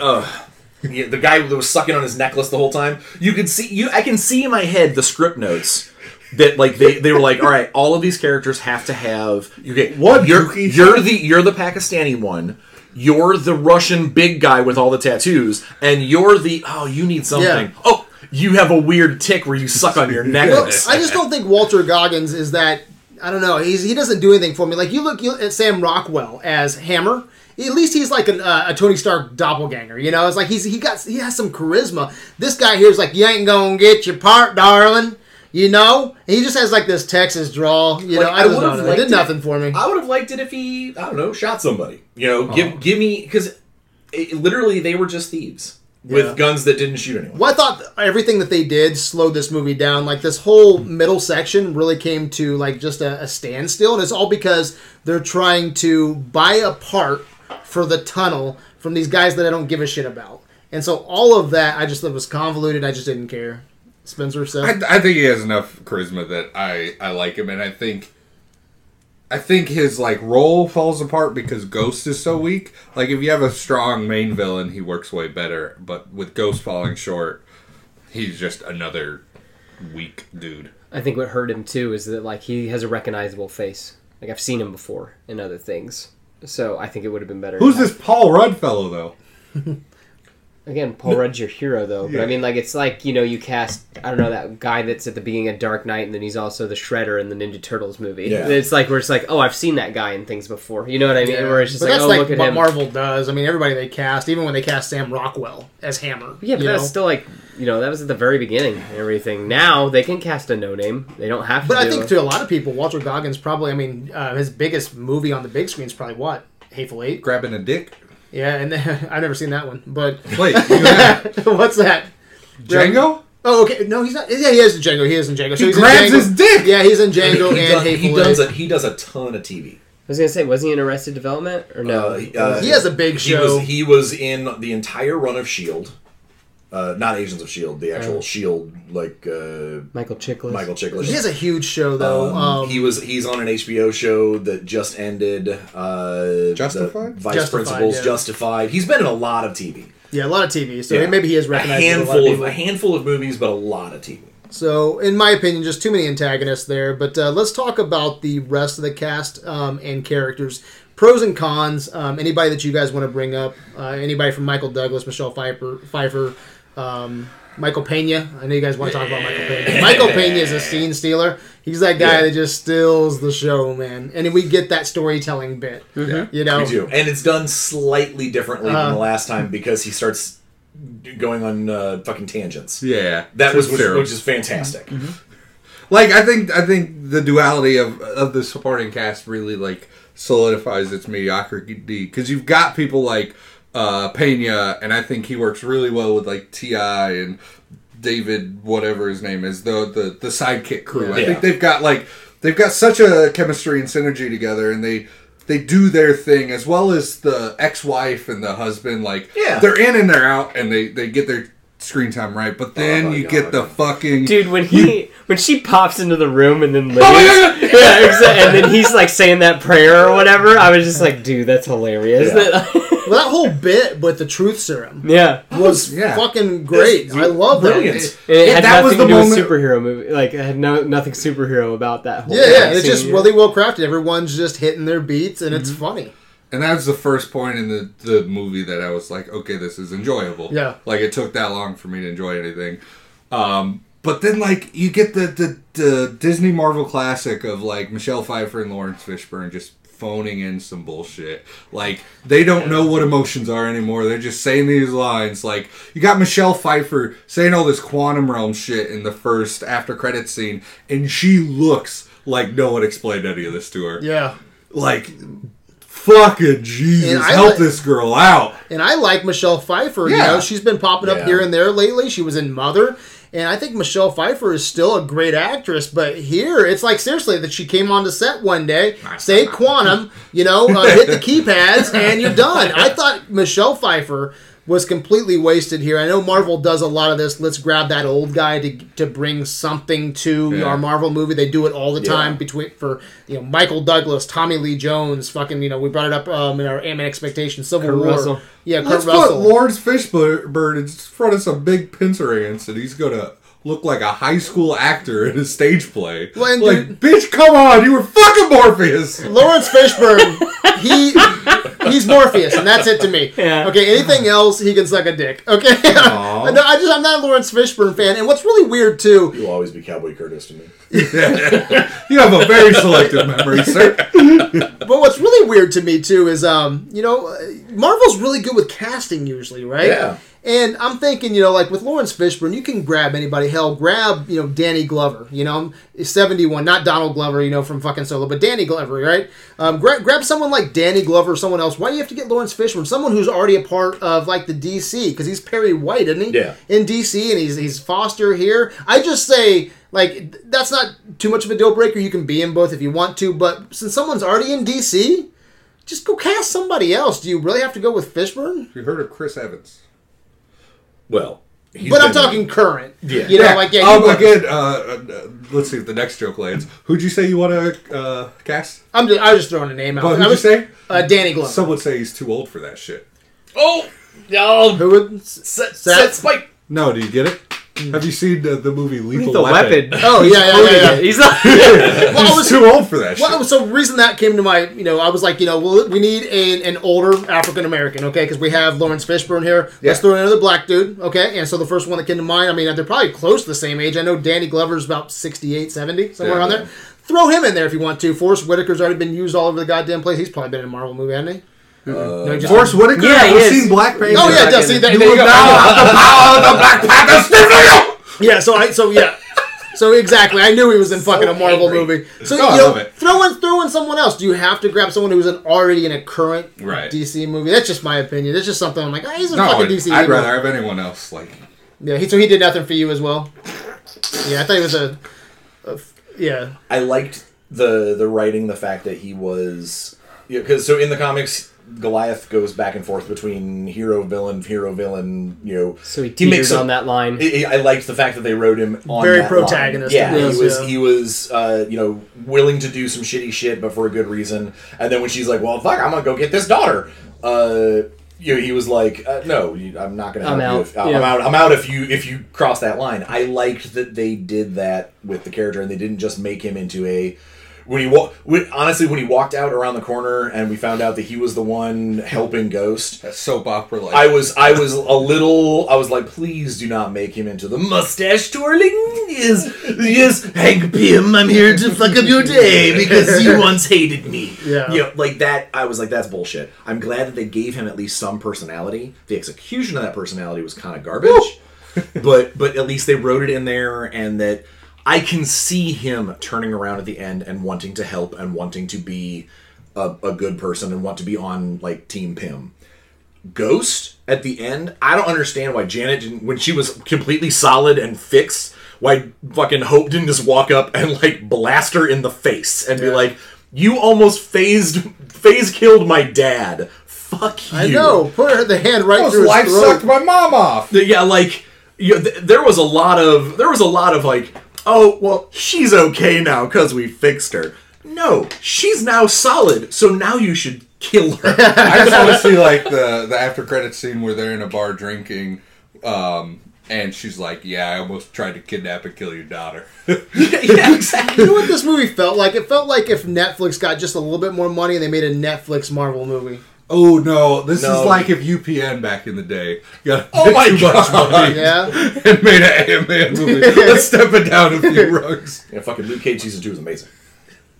Uh, yeah, the guy that was sucking on his necklace the whole time. You could see you. I can see in my head the script notes that like they, they were like, all right, all of these characters have to have. Okay, What You're Yuki? you're the you're the Pakistani one. You're the Russian big guy with all the tattoos, and you're the oh you need something. Yeah. Oh, you have a weird tick where you suck on your Well, necklace. I just don't think Walter Goggins is that. I don't know. He's he doesn't do anything for me. Like you look you, at Sam Rockwell as Hammer. At least he's like an, uh, a Tony Stark doppelganger. You know, it's like he's he got he has some charisma. This guy here is like you ain't gonna get your part, darling. You know, and he just has like this Texas drawl. You Like, know, I, don't would've know. It liked did nothing for me. I would have liked it if he, I don't know, shot somebody. You know, give give me because literally they were just thieves with Yeah. guns that didn't shoot anyone. Well, I thought everything that they did slowed this movie down. Like this whole Hmm. middle section really came to like just a, a standstill, and it's all because they're trying to buy a part for the tunnel from these guys that I don't give a shit about. And so all of that, I just it was convoluted. I just didn't care. Spencer I, said, I think he has enough charisma that I, I like him, and I think I think his like role falls apart because Ghost is so weak. Like if you have a strong main villain, he works way better. But with Ghost falling short, he's just another weak dude. I think what hurt him too is that like he has a recognizable face. Like I've seen him before in other things. So I think it would have been better. Who's this Paul Rudd fellow though? Again, Paul Rudd's your hero though. But Yeah. I mean like it's like, you know, you cast I don't know, that guy that's at the beginning of Dark Knight and then he's also the Shredder in the Ninja Turtles movie. Yeah. It's like where it's like, Oh, I've seen that guy in things before. You know what I mean? Where it's just but like, that's Oh like look at what him. Marvel does. I mean, everybody they cast, even when they cast Sam Rockwell as Hammer, yeah, but you that's know? still like you know, that was at the very beginning and everything. Now they can cast a no name. They don't have to But I do think a- to a lot of people, Walter Goggins probably. I mean, uh, his biggest movie on the big screen is probably what Hateful Eight. Grabbing a dick. Yeah, and I've never seen that one, but Wait, you have what's that? Django? Oh, okay. No, he's not. Yeah, he is in Django. He is in Django. So He he's in grabs Django. his dick! Yeah, he's in Django he, and does, he Hateful does Eight. a he does a ton of TV. I was gonna say, was he in Arrested Development or no? Uh, uh, He has a big He show. was, he was in the entire run of Shield. E uh, not Agents of Shield, the actual Shield E like uh, Michael Chiklis. Michael Chiklis. Uh, He has a huge show though. Um, Um, he was he's on an HBO show that just ended. Uh, Justified? the Vice Justified, Principals, yeah. Justified. He's been in a lot of TV. yeah, a lot of TV. So Yeah. maybe he is A recognized. with handful a of, lot a people. handful of movies, but a lot of TV. So in my opinion, just too many antagonists there. But uh, let's talk about the rest of the cast um, and characters. Pros and cons. Um, anybody that you guys want to bring up? Uh, anybody from Michael Douglas, Michelle Pfeiffer, Pfeiffer, um, Michael Pena? I know you guys want to talk about Michael Pena. Michael Pena is a scene stealer. He's that guy Yeah. that just steals the show, man. And we get that storytelling bit. You know, We do, and it's done slightly differently Uh-huh. than the last time because he starts d- going on uh, fucking tangents. Yeah, That was which, Sarah. which is fantastic. Mm-hmm. like I think I think the duality of of the supporting cast really like solidifies its mediocrity because you've got people like uh Pena, and I think he works really well with like Ti and David, whatever his name is, the the the sidekick crew. I Yeah. think they've got like they've got such a chemistry and synergy together, and they. They do their thing as well as the ex-wife and the husband. Like, Yeah. they're in and they're out, and they they get their screen time right. But then Oh my you God. get the fucking Dude, when he when she pops into the room and then leaves, my God! yeah, exactly. And then he's like saying that prayer or whatever. I was just like, dude, that's hilarious. Yeah. That- well, that whole bit with the truth serum yeah. was yeah. fucking great. I love Brilliant. that. It, Yeah, had that nothing was to do the with moment- superhero movie. Like, it had no nothing superhero about that whole. Yeah, yeah, it's scene. just really well crafted. Everyone's just hitting their beats, and it's funny. And that was the first point in the, the movie that I was like, okay, this is enjoyable. Yeah. Like it took that long for me to enjoy anything. Um, but then like you get the, the the Disney Marvel classic of like Michelle Pfeiffer and Lawrence Fishburne just phoning in some bullshit. Like they don't know what emotions are anymore. They're just saying these lines. Like you got Michelle Pfeiffer saying all this quantum realm shit in the first after credit scene, and she looks like no one explained any of this to her Yeah, like fucking And Jesus, I help like- this girl out. and I like Michelle Pfeiffer. You Yeah. know, she's been popping up Yeah. here and there lately. She was in Mother, and I think Michelle Pfeiffer is still a great actress. But here, it's like seriously that she came onto set one day, say quantum, you know, uh, hit the keypads, and you're done. I thought Michelle Pfeiffer was completely wasted here. I know Marvel does a lot of this. Let's grab that old guy to to bring something to Yeah. our Marvel movie. They do it all the Yeah. time between for you know Michael Douglas, Tommy Lee Jones, fucking you know we brought it up um, in our Ant Man expectation Civil Kurt War. Russell. Yeah, Kurt Let's put Russell. Lawrence Fishburne in front of some big pincer ants, and he's gonna look like a high school actor in a stage play. Well, and dude- like, bitch, come on, you were fucking Morpheus. Lawrence Fishburne, he he's Morpheus, and that's it to me. Yeah. Okay, anything else, he can suck a dick. Okay, Aw. no, I just I'm not a Lawrence Fishburne fan. And what's really weird too You'll always be Cowboy Curtis to me. You have a very selective memory, sir. But what's really weird to me too is, um, you know, uh, Marvel's really good with casting usually, right? Yeah. And I'm thinking, you know, like with Lawrence Fishburne, you can grab anybody. Hell, grab you know Danny Glover. You know, he's 71, not Donald Glover, you know, from fucking Solo, but Danny Glover, right? Um, grab grab someone like Danny Glover, or someone else. Why do you have to get Lawrence Fishburne? Someone who's already a part of like the DC because he's Perry White, isn't he? Yeah. In DC, and he's he's Foster here. I just say like th- that's not too much of a deal breaker. You can be in both if you want to, but since someone's already in DC, just go cast somebody else. Do you really have to go with Fishburne? You heard of Chris Evans? Well, he's but I'm been- talking current. Yeah. You know, like yeah. um, you- again, uh, uh, let's see if the next joke lands. Who'd you say you want to uh, cast? I'm just I was just throwing a name out. Well, I who'd you was- say? Uh, Danny Glover. Some would say he's too old for that shit. Oh, oh, Who would? set, Set- set spike. No, do you get it? Mm. Have you seen the, the movie Lethal, the weapon. Weapon? Oh yeah, yeah, yeah. yeah. He's not. Well, I I was- was too old for that Well, shit. so the reason that came to my, you know, I was like, you know, well, we need an, an older African American, okay, because we have Lawrence Fishburne here. Yeah. Let's throw in another black dude, okay. And so the first one that came to mind, I mean, they're probably close to the same age. I know Danny Glover's about 68, 70, somewhere Yeah. around there. Throw him in there if you want to. Forrest Whitaker's already been used all over the goddamn place. He's probably been in a Marvel movie, hasn't he? no, just- Forrest Whitaker? Uh, Yeah, he We've is. seen Black Panther. Oh yeah, Black yeah, see, in- there, You there you go. will now have the power of the Black Panther still Yeah, so I so yeah. So exactly, I knew he was in fucking a Marvel angry. movie. So Oh, I you know, love it. throw in throw in someone else. Do you have to grab someone who's an, already in a current Right. DC movie? That's just my opinion. That's just something I'm like, ah, he's a No, fucking I'd, DC. I'd hero. rather have anyone else. Like, Yeah, he, so he did nothing for you as well. Yeah, I thought he was a, a f- yeah. I liked the the writing, the fact that he was because so in the comics Goliath goes back and forth between hero villain hero villain. You know, So he, He makes teetered a- on that line. I- I I liked the fact that they wrote him on Very that protagonist, Line. Yeah, yes, he was yeah. he was uh, you know willing to do some shitty shit, but for a good reason. And then when she's like, "Well, fuck, I'm gonna go get this daughter," uh, you know, he was like, uh, "No, you, I'm not gonna. I'm help out. You if, I'm Yeah. out. I'm out if you if you cross that line." I liked that they did that with the character, and they didn't just make him into a. When he wa- when, honestly, when he walked out around the corner, and we found out that he was the one helping Ghost, That soap opera like. I was I was a little I was like, please do not make him into the mustache twirling. Yes, yes, Hank Pym, I'm here to fuck up your day because you once hated me. Yeah. you know, like that. I was like, that's bullshit. I'm glad that they gave him at least some personality. The execution of that personality was kind of garbage, but but at least they wrote it in there, and that I can see him turning around at the end and wanting to help and wanting to be. A, a good person and want to be on like Team Pym. Ghost at the end. I don't understand why Janet didn't, when she was completely solid and fixed, why fucking Hope didn't just walk up and like blast her in the face and be like, "You almost phased, phase killed my dad. Fuck you." I know. Put her the hand right Almost through life his throat. sucked my mom off. Th- yeah, like you th- there was a lot of there was a lot of like, oh well, she's okay now because we fixed her. No, she's now solid, so now you should kill her. I just want to see like the the after credit scene where they're in a bar drinking, um, and she's like, "Yeah, I almost tried to kidnap and kill your daughter." yeah, exactly. You know what this movie felt like? It felt like if Netflix got just a little bit more money and they made a Netflix Marvel movie. oh no, this No. is like if UPN back in the day got Oh my too much God. money Yeah. and made an Ant Man movie. Let's step it down a few rungs. Yeah, fucking Luke Cage season two is amazing.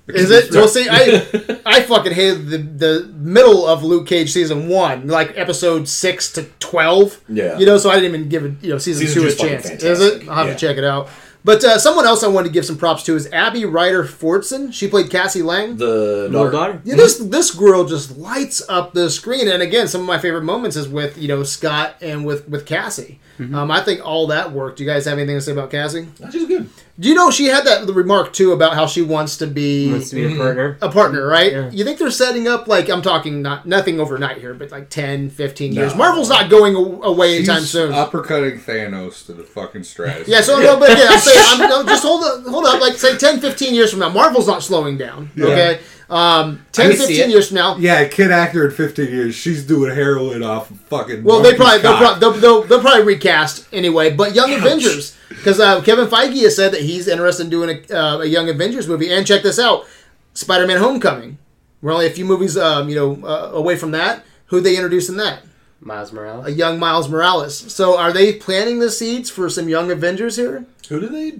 Is it? Well, see, I I fucking hated the the middle of Luke Cage season one, like episode six to twelve. Yeah. You know, so I didn't even give it. You know, season, Season two a two's fucking chance. Is it? fantastic. I'll have Yeah. to check it out. But uh, someone else I wanted to give some props to is Abby Ryder Fortson. She played Cassie Lang. The Little daughter. daughter. Yeah, this this girl just lights up the screen, and again, some of my favorite moments is with you know Scott and with with Cassie. Um, I think all that worked. Do you guys have anything to say about Cassie? That's just good. Do you know she had that remark too about how she wants to be Wants to be a partner. a partner, right? Yeah. You think they're setting up like I'm talking not nothing overnight here, but like 10, 15 years. No. Marvel's not going a- away anytime She's soon. uppercutting Thanos to the fucking stratosphere. Yeah, so no, but again, I'm saying, I'm, no, just hold up, hold up, like say 10, 15 years from now, Marvel's not slowing down. Okay, um, 10, can see 15 it. years from now, Yeah, kid actor in 15 years, she's doing heroin off of fucking. Well, Oh they monkey's probably they'll, cock. prob- they'll, they'll, they'll probably recast anyway. But Young Avengers, because uh, Kevin Feige has said that he's interested in doing a, uh, a Young Avengers movie. And check this out, Spider-Man: Homecoming. We're only a few movies, um, you know, uh, away from that. Who they introduced in that? Miles Morales. A young Miles Morales. So are they planting the seeds for some Young Avengers here? Who do they?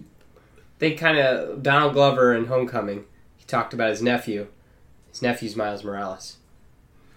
they kind of Donald Glover in Homecoming. He talked about his nephew. His nephew's Miles Morales.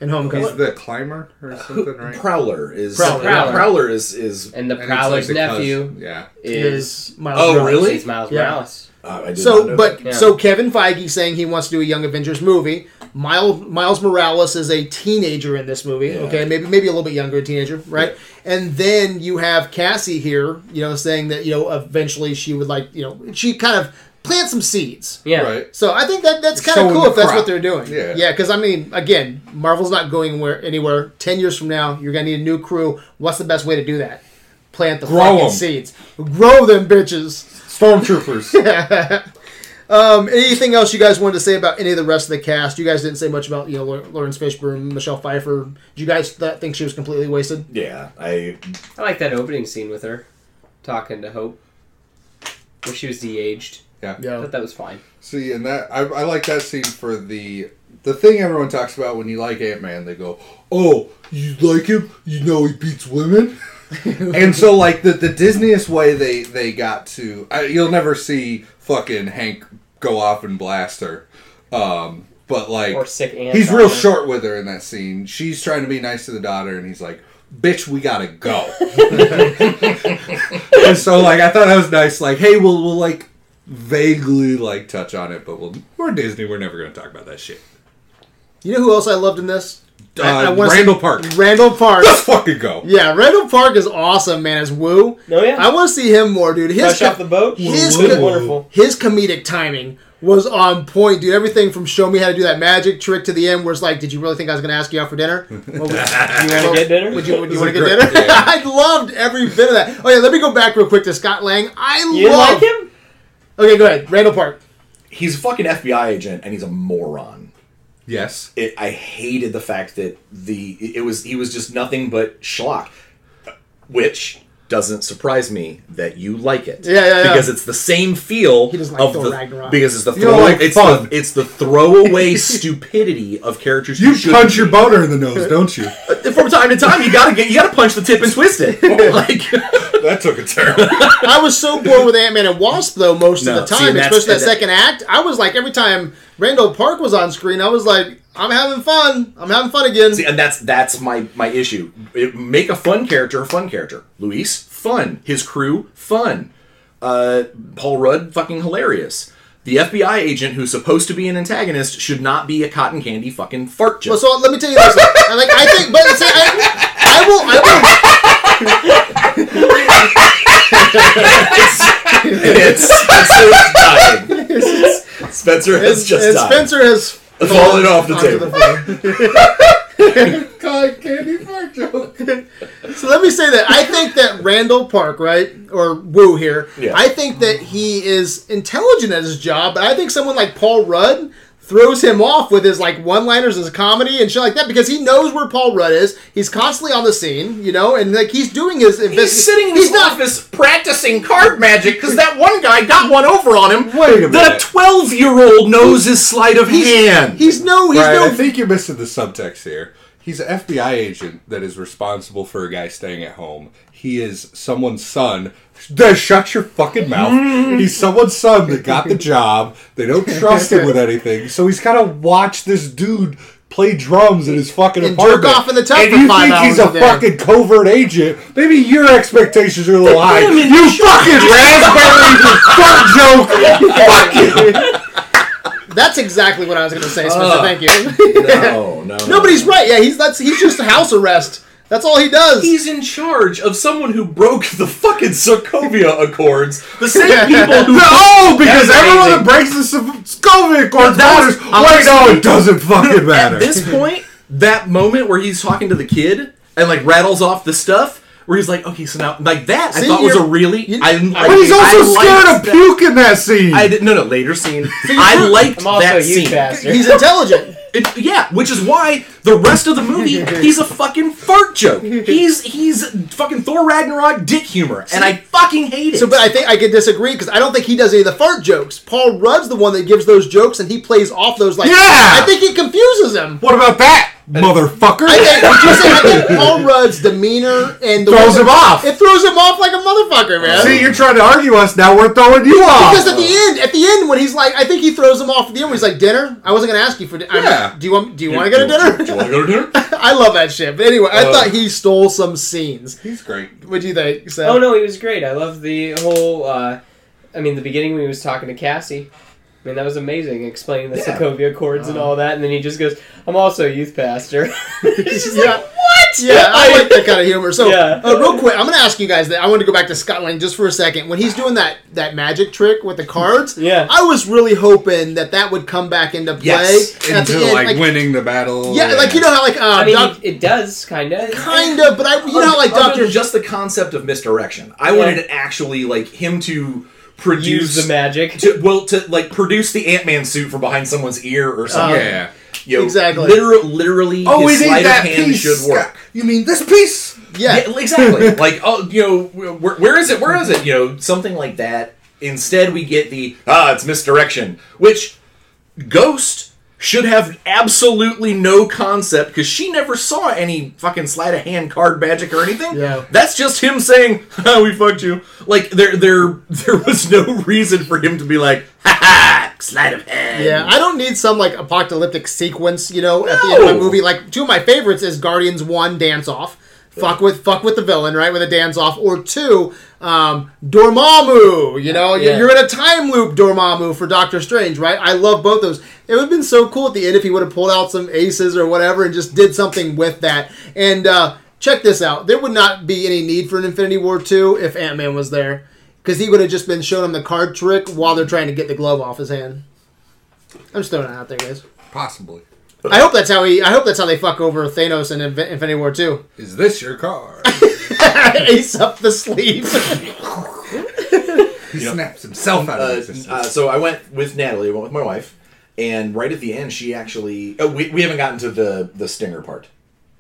In Homecoming, He's the climber or something, right? Prowler is Prowler. Prowler, Prowler is is. And the And it's like Prowler's the nephew cousin- Yeah. is Miles Oh, Morales. really? is Miles Yeah. Morales. Uh, I did not So, know but that. Yeah. so Kevin Feige saying he wants to do a Young Avengers movie. Miles Miles Morales is a teenager in this movie. Yeah. Okay, maybe maybe a little bit younger, a teenager, right? And then you have Cassie here, you know, saying that you know eventually she would like, you know, she kind of plant some seeds. Yeah. Right. So I think that that's kind Sowing of cool the if that's what crop. they're doing. Yeah. yeah. Because I mean, again, Marvel's not going where anywhere. Ten years from now, you're gonna need a new crew. What's the best way to do that? Plant the Grow fucking 'em. seeds. Grow them, bitches. Stormtroopers. Um, anything else you guys wanted to say about any of the rest of the cast? You guys didn't say much about you know Lau- Lawrence Fishburne, Michelle Pfeiffer. Do you guys th- think she was completely wasted? yeah, I I like that opening scene with her talking to Hope, where she was de-aged. yeah. I thought that was fine. See, and that I, I like that scene for the the thing everyone talks about when you like Ant Man. They go, "Oh, you like him? You know he beats women." and so, like the the Disneyest way they they got to, I, you'll never see fucking Hank go off and blast her. Um, but like, Or sick Ant. he's real Farmer. short with her in that scene. She's trying to be nice to the daughter, and he's like, "Bitch, we gotta go." and so, like, I thought that was nice. Like, hey, we'll we'll like vaguely like touch on it, but we'll, we're Disney. We're never gonna talk about that shit. You know who else I loved in this? Uh, I- I wanna say- Randall Park. Randall Park. Let's fucking go. yeah, Randall Park is awesome, man. As Woo. Oh, yeah. I want to see him more, dude. His Fresh co- off the boat. his Woo, co- woo. wonderful. his comedic timing was on point, dude. Everything from show me how to do that magic trick to the end, where it's like, did you really think I was going to ask you out for dinner? What was- You want to get dinner? Would you, would you It's want a to get great- dinner? yeah. I loved every bit of that. Oh yeah, let me go back real quick to Scott Lang. I You didn't love like him? Okay, go ahead. Randall Park. He's a fucking FBI agent and he's a moron. Yes. It, I hated the fact that the it was he was just nothing but schlock, which doesn't surprise me that you like it. Yeah, yeah, yeah. Because it's the same feel he doesn't like of Thor the Ragnarok. because it's the don't throw, like it's fun. the it's the throwaway stupidity of characters. You shouldn't punch your be. boner in the nose, don't you? from time to time. You gotta get you gotta punch the tip and twist it. like that took a turn. I was so bored with Ant Man and Wasp though most No, of the see, time, and that's- especially that and that- second act. I was like every time Randall Park was on screen, I was like, I'm having fun. I'm having fun again. See, and that's that's my my issue. It- make a fun character a fun character. Luis, fun. His crew, fun. Uh, Paul Rudd, fucking hilarious. The FBI agent who's supposed to be an antagonist should not be a cotton candy fucking fart joke. so let me tell you this. I like I think but see, I, I will I it's, Spencer has died. will it's, Spencer has just and died. Spencer has Fallen off the onto table. floor. God, candy fart joke. So let me say that I think that Randall Park, right, or Woo here, Yeah. I think that he is intelligent at his job, but I think someone like Paul Rudd throws him off with his like one-liners as comedy and shit like that because he knows where Paul Rudd is. He's constantly on the scene, you know, and like he's doing his investi- He's sitting in his office practicing card magic because that one guy got one over on him. Wait a The minute. twelve-year-old knows his sleight of hand. He's no, he's Brian, no. I think you're missing the subtext here. He's an FBI agent that is responsible for a guy staying at home. He is someone's son. Then shut your fucking mouth. He's someone's son that got the job. They don't trust him with anything, so he's got to watch this dude play drums in his fucking And jerk apartment. off in the tub and for you five think he's hours a a day. fucking covert agent? Maybe your expectations are a little high. Damn it, You fucking raspberry fart joke. Fuck you. That's exactly what I was going to say, Spencer. Thank you. no, no, no, but he's right. Yeah, he's that's he's just house arrest. That's all he does. He's in charge of someone who broke the fucking Sokovia Accords. The same people who. No, because That's everyone that amazing. breaks the Soviet Accords that matters. was- Wait, no, honestly, it doesn't fucking matter. At this point, that moment where he's talking to the kid and like rattles off the stuff, where he's like, "Okay, so now like that," See, I thought was a you're- really. you- I, I, but he's also I scared liked of that- puke in that scene. I did, no, no, later scene. you're I right. liked I'm also that you scene. bastard. he's intelligent. It- yeah, which is why the rest of the movie he's a fucking fart joke. He's he's fucking Thor Ragnarok dick humor, and I fucking hate it. So, but I think I could disagree because I don't think he does any of the fart jokes. Paul Rudd's the one that gives those jokes, and he plays off those like. Yeah! I think it confuses him. what about that, motherfucker? I think, would you say, I think Paul Rudd's demeanor and the Throws way- him off. It throws him off like a motherfucker, man. See, oh. you're trying to argue us now. We're throwing you off. because at the end, at the end, when he's like, I think he throws him off at the end. When he's like, "Dinner? I wasn't gonna ask you for dinner. Yeah. Do you want? Do you want to go to dinner? want to go to dinner? I love that shit. But anyway, Uh. I thought he stole some scenes. He's great. What do you think? Seth? Oh no, he was great. I love the whole. Uh, I mean, the beginning when he was talking to Cassie. I mean, that was amazing, explaining the Yeah. Sokovia Accords and all that, and then he just goes, "I'm also a youth pastor." it's just Yeah. like what? Yeah, I like that kind of humor. So, Yeah. uh, real quick, I'm going to ask you guys that. I want to go back to Scotland just for a second. When he's doing that that magic trick with the cards, Yeah. I was really hoping that that would come back into play Yes, And at the end, winning the battle. yeah, like you know how like uh, I mean, doc, it does kind of. kind of, but I you know how like Other Doctor than just the concept of misdirection. I Yeah. wanted it actually like him to produce use the magic. To, well, to like produce the Ant Man suit from behind someone's ear or something. Yeah. You know, Oh, Exactly. literal- literally, Oh, we um, his need sleight of that hand piece. should work. You mean this piece? yeah. Yeah, exactly. like, oh, you know, where, where is it? Where is it? You know, something like that. Instead, we get the ah, it's misdirection, which Ghost should have absolutely no concept because she never saw any fucking sleight of hand card magic or anything. Yeah. that's just him saying, "Ha, "We fucked you." Like there, there, there was no reason for him to be like, "Ha ha, sleight of hand." Yeah, I don't need some like apocalyptic sequence, you know, at the end of my No. movie. Like two of my favorites is Guardians One Dance Off. Fuck with fuck with the villain, right? With a dance off or two. Um, Dormammu, you know, you- Yeah. you're in a time loop, Dormammu for Doctor Strange, right? I love both those. It would have been so cool at the end if he would have pulled out some aces or whatever and just did something with that. And uh, check this out: there would not be any need for an Infinity War two if Ant Man was there, because he would have just been showing him the card trick while they're trying to get the glove off his hand. I'm just throwing it out there, guys. Possibly. I hope that's how he. I hope that's how they fuck over Thanos in Inf- Infinity War Two. Is this your car? Ace up the sleeve. he You know, snaps himself out of Uh, existence. uh, so I went with Natalie, I went with my wife, and right at the end, she actually. Oh, we, we haven't gotten to the the stinger part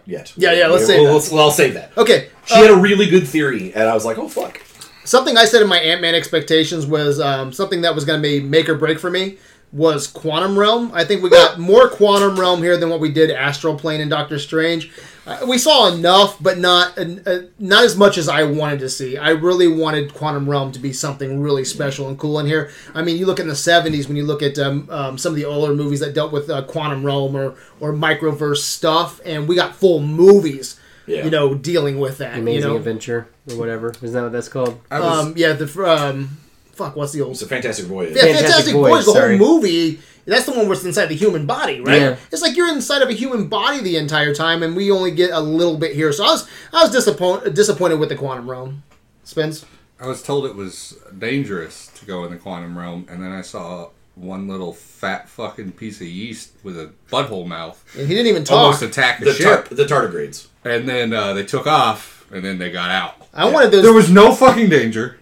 yet. Yeah, yeah, let's We'll- save we'll, that. well, I'll save that. okay. uh, She had a really good theory, and I was like, oh fuck. Something I said in my Ant Man expectations was um, something that was going to be make or break for me was Quantum Realm. I think we got more Quantum Realm here than what we did Astral Plane and Doctor Strange. Uh, we saw enough, but not uh, not as much as I wanted to see. I really wanted Quantum Realm to be something really special and cool in here. I mean, you look in the '70s when you look at um, um, some of the older movies that dealt with uh, Quantum Realm or or microverse stuff, and we got full movies. Yeah. You know, dealing with that. Amazing you know, Adventure or whatever. Isn't that what that's called? I was, um, yeah, the fr- um, fuck, what's the old? It's a fantastic voyage. Yeah, Fantastic, Fantastic Boys, Boys, the sorry. whole movie. That's the one where it's inside the human body, right? Yeah. It's like you're inside of a human body the entire time, and we only get a little bit here. So I was, I was disappointed, disappointed with the quantum realm. Spence, I was told it was dangerous to go in the quantum realm, and then I saw one little fat fucking piece of yeast with a butthole mouth and he didn't even talk. almost attack the, The, tar- ship, the tardigrades. and then uh, they took off, and then they got out. I wanted those. There was no fucking danger.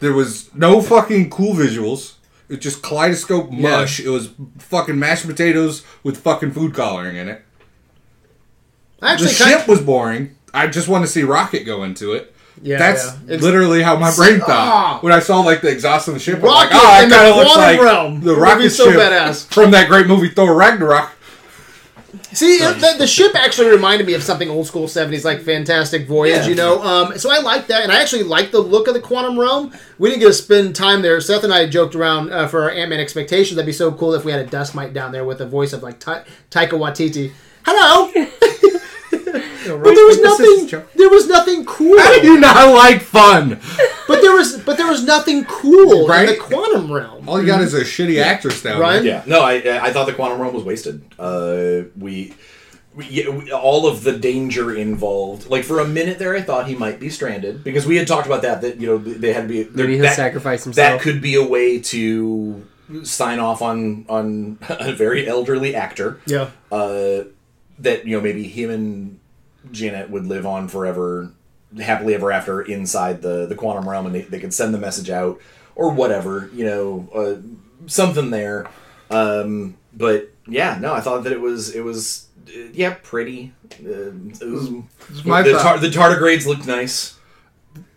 There was no fucking cool visuals. It was just kaleidoscope mush. It was fucking mashed potatoes with fucking food coloring in it. I The actually kind ship was boring. I just want to see Rocket go into it. Yeah, That's yeah. It's- literally how my brain thought Ah. when I saw like the exhaust on the ship. Rocket I'm like, oh, in it the kind of looks quantum like realm. the That'd be Rocket so ship badass. from that great movie Thor Ragnarok. see it, the, the ship actually reminded me of something old school '70s, like Fantastic Voyage. Yeah. You know, um, so I like that, and I actually like the look of the quantum realm. We didn't get to spend time there. Seth and I joked around uh, for our Ant Man expectations. That'd be so cool if we had a dust mite down there with the voice of like Ta- Taika Waititi. Hello. But there was nothing. There was nothing cool. How do you not like fun? But there was. But there was nothing cool in Right? the quantum realm. All you got is a shitty actress down Right? there. Yeah. No, I uh, I thought the quantum realm was wasted. Uh, we. we- yeah, we- All of the danger involved. Like for a minute there, I thought he might be stranded because we had talked about that. That you know they had to be Maybe he'll that- sacrifice that himself. could be a way to sign off on on a very elderly actor. Yeah. Uh, that you know maybe him and Janet would live on forever, happily ever after inside the the quantum realm, and they, they could send the message out or whatever. You know, uh, something there. Um, but yeah, no, I thought that it was it was uh, yeah pretty. Uh, it was, my the, thought. tar- the tardigrades looked nice.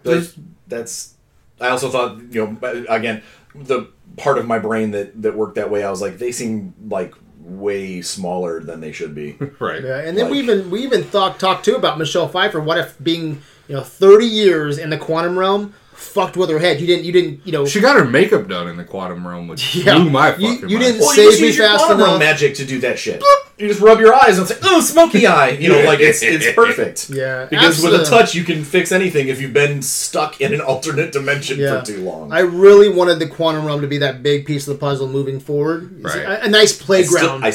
But There's- that's. I also thought, you know, but again, the part of my brain that that worked that way, I was like, they seem like way smaller than they should be. Right. Yeah, and then we Like- even we even thought talked too about Michelle Pfeiffer. What if being you know thirty years in the quantum realm fucked with her head? You didn't you didn't you know She got her makeup done in the quantum realm, which Yeah. blew my You- fucking you mind. didn't- well, you Save just me use your fast quantum realm enough. magic to do that shit. You just rub your eyes and it's like, oh, smoky eye. You know, like it's it's perfect. Yeah, Because with a absolutely. touch, you can fix anything if you've been stuck in an alternate dimension Yeah. for too long. I really wanted the quantum realm to be that big piece of the puzzle moving forward. It's Right. A, a nice playground Still, I,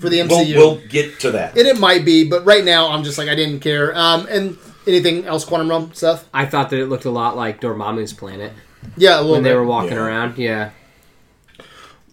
for the MCU. we'll, we'll get to that. and it might be, but right now I'm just like I didn't care. Um, and anything else quantum realm stuff? I thought that it looked a lot like Dormammu's planet Yeah, a little when bit. they were walking Yeah. around. Yeah.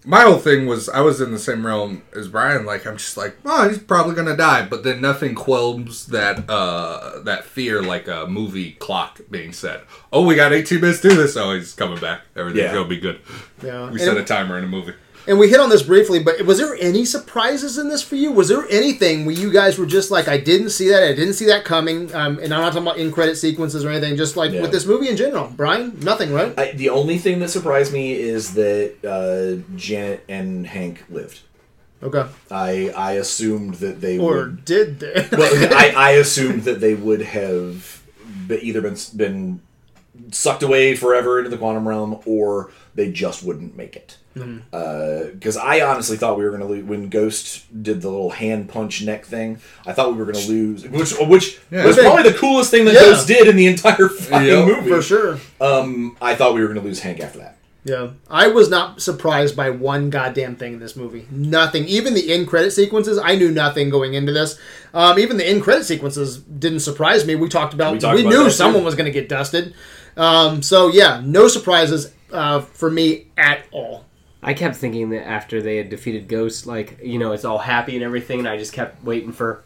my whole thing was I was in the same realm as Brian. Like I'm just like, oh, he's probably gonna die. But then nothing quells that uh that fear like a movie clock being set. Oh, we got 18 minutes to do this. Oh, he's coming back. Everything's Yeah. gonna be good. Yeah. We And set it- a timer in a movie. And we hit on this briefly, but was there any surprises in this for you? Was there anything where you guys were just like, I didn't see that, I didn't see that coming? Um, and I'm not talking about in credit sequences or anything, just like Yeah. with this movie in general. Brian, nothing, right? I, the only thing that surprised me is that uh, Janet and Hank lived. Okay. I I assumed that they Or would. did they? Well, I, I assumed that they would have be- either been s- been sucked away forever into the quantum realm, or they just wouldn't make it. Because I honestly thought we were going to lose when Ghost did the little hand punch neck thing. I thought we were going to lose, which which Yeah. was probably the coolest thing that Yeah. Ghost did in the entire fucking Yep. movie. for sure. Um, I thought we were going to lose Hank after that. Yeah, I was not surprised by one goddamn thing in this movie. Nothing. Even the end credit sequences, I knew nothing going into this. Um, even the end credit sequences didn't surprise me. We talked about. We, We talked about knew that, too. someone was going to get dusted. Um, so yeah, no surprises uh, for me at all. I kept thinking that after they had defeated Ghost, like, you know, it's all happy and everything, and I just kept waiting for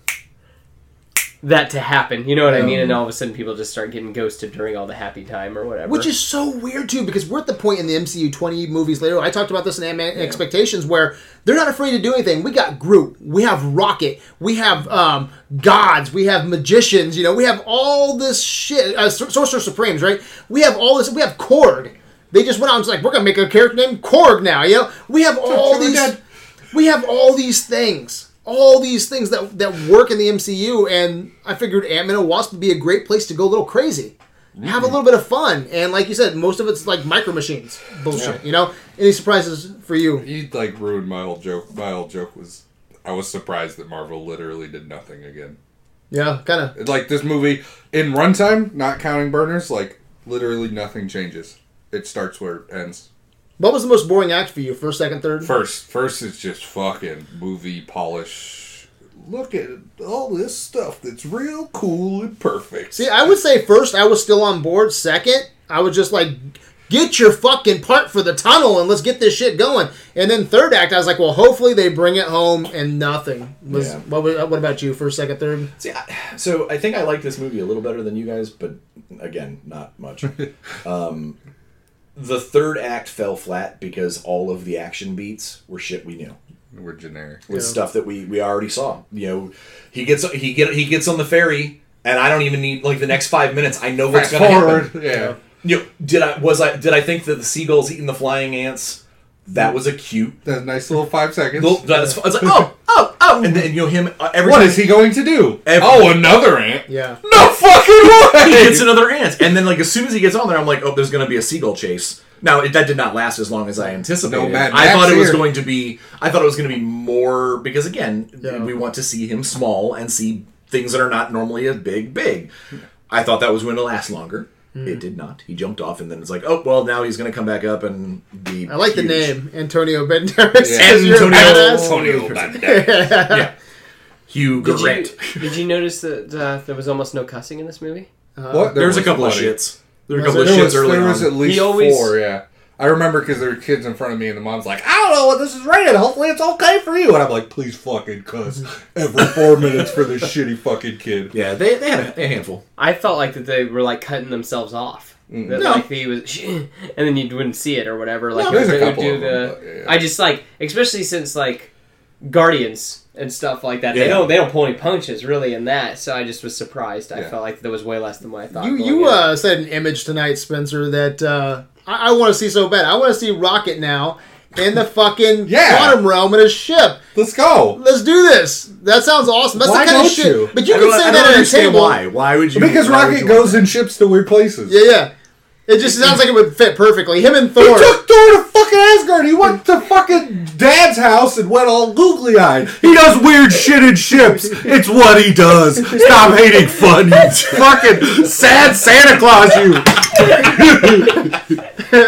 that to happen. You know what I mean? Um, And all of a sudden people just start getting ghosted during all the happy time or whatever. Which is so weird too, because we're at the point in the MCU twenty movies later. I talked about this in Ant-Man and Expectations, where they're not afraid to do anything. We got Groot, we have Rocket, we have um, gods, we have magicians. You know, we have all this shit. Uh, Sor- Sorcerer Supremes, right? We have all this. We have Korg. They just went out and was like, we're gonna make a character named Korg now. You know, we have all Sorry, these. Dad. We have all these things. All these things that, that work in the MCU, and I figured Ant Man and Wasp would be a great place to go a little crazy have a little bit of fun. And like you said, most of it's like micro machines bullshit. You know, any surprises for you? He like ruined my old joke. My old joke was I was surprised that Marvel literally did nothing again. Yeah, kind of. It- Like this movie in runtime, not counting burners, like literally nothing changes. It starts where it ends. What was the most boring act for you? First, second, third. First, first is just fucking movie polish. Look at all this stuff that's real cool and perfect. See, I would say first, I was still on board. Second, I was just like, get your fucking part for the tunnel and let's get this shit going. And then third act, I was like, well, hopefully they bring it home and nothing. Was Yeah. what? wa- What about you? First, second, third. See, I, so I think I like this movie a little better than you guys, but again, not much. um, the third act fell flat because all of the action beats were shit we knew. We're generic. It was Yeah. stuff that we we already saw. You know, he gets he get he gets on the ferry, and I don't even need like the next five minutes. I know what's Fast going to forward. happen. Yeah. You know, did I was I did I think that the seagulls eating the flying ants? That was a cute. That nice little five seconds. Well, that's, it's like oh oh oh, and then you know him uh, every what time- is he going to do? Every- oh, another ant. Yeah. No fucking way. he gets another ant, and then like as soon as he gets on there, I'm like, oh, there's gonna be a seagull chase. Now it, that did not last as long as I anticipated. No Mad I thought Max it was here. going to be. I thought it was going to be more because again, Yeah. we want to see him small and see things that are not normally as big. Big. I thought that was going to last longer. It did not. He jumped off, and then it's like, oh well, now he's going to come back up and be. I like the huge. name Antonio Banderas. Yeah. 'cause you're a Antonio- badass. Antonio Banderas. Yeah. Hugh did, Grant. you, did you notice that uh, there was almost no cussing in this movie? Uh-huh. What? There was a couple plenty. of shits. There were a Was couple there? of There shits was, early there was on. at least He always- four. Yeah, I remember because there were kids in front of me, and the mom's like, "I don't know what this is rated. Hopefully, it's okay for you." And I'm like, "Please fucking cuss every four minutes for this shitty fucking kid." yeah, they, they had a, a handful. I felt like that they were like cutting themselves off. That No. like he was, and then you wouldn't see it or whatever. Like No, there's they a would couple do of them, the. but yeah, yeah. I just like, especially since like Guardians and stuff like that. They Yeah. don't they don't pull any punches really in that. So I just was surprised. I Yeah. felt like there was way less than what I thought. You going you in. uh, said an image tonight, Spencer, that uh, I, I want to see so bad. I want to see Rocket now in the fucking Yeah. quantum realm in his ship. Let's go Let's do this. That sounds awesome. That's Why the kind of don't shit. you? But you I can say don't- I don't that at a understand table. Why? Why would you? because why would Rocket you want goes and ships to weird places. Yeah, yeah. It just sounds like it would fit perfectly. Him and He Thor. took Thor to fucking Asgard. He went to fucking Dad's house and went all googly eyed. He does weird shit in ships. It's what he does. Stop hating fun, you fucking sad Santa Claus, you.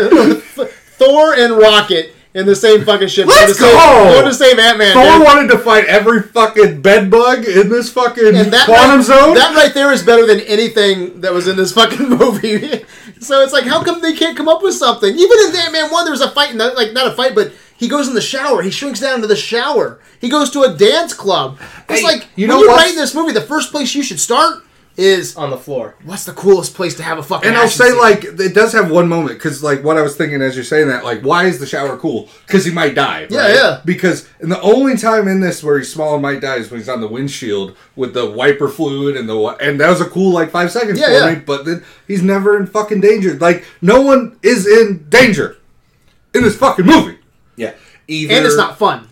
Thor and Rocket in the same fucking ship. Let's to save, go! Go to save Ant Man. Thor wanted to fight every fucking bed bug in this fucking And that quantum right, zone. That right there is better than anything that was in this fucking movie. so it's like, how come they can't come up with something? Even in Ant Man One, there was a fight, in the, like not a fight, but he goes in the shower. He shrinks down to the shower. He goes to a dance club. It's Hey, like you you know know when you're what? writing this movie, the first place you should start is on the floor. what's the coolest place to have a fucking. and I'll action say scene? like it does have one moment because like what I was thinking as you're saying that like why is the shower cool? Because he might die. Yeah, right? yeah. Because and the only time in this where he's small and might die is when he's on the windshield with the wiper fluid and the wa- and that was a cool like five seconds Yeah, for yeah. me. But then he's never in fucking danger. Like no one is in danger in this fucking movie. Yeah. Either, and it's not fun.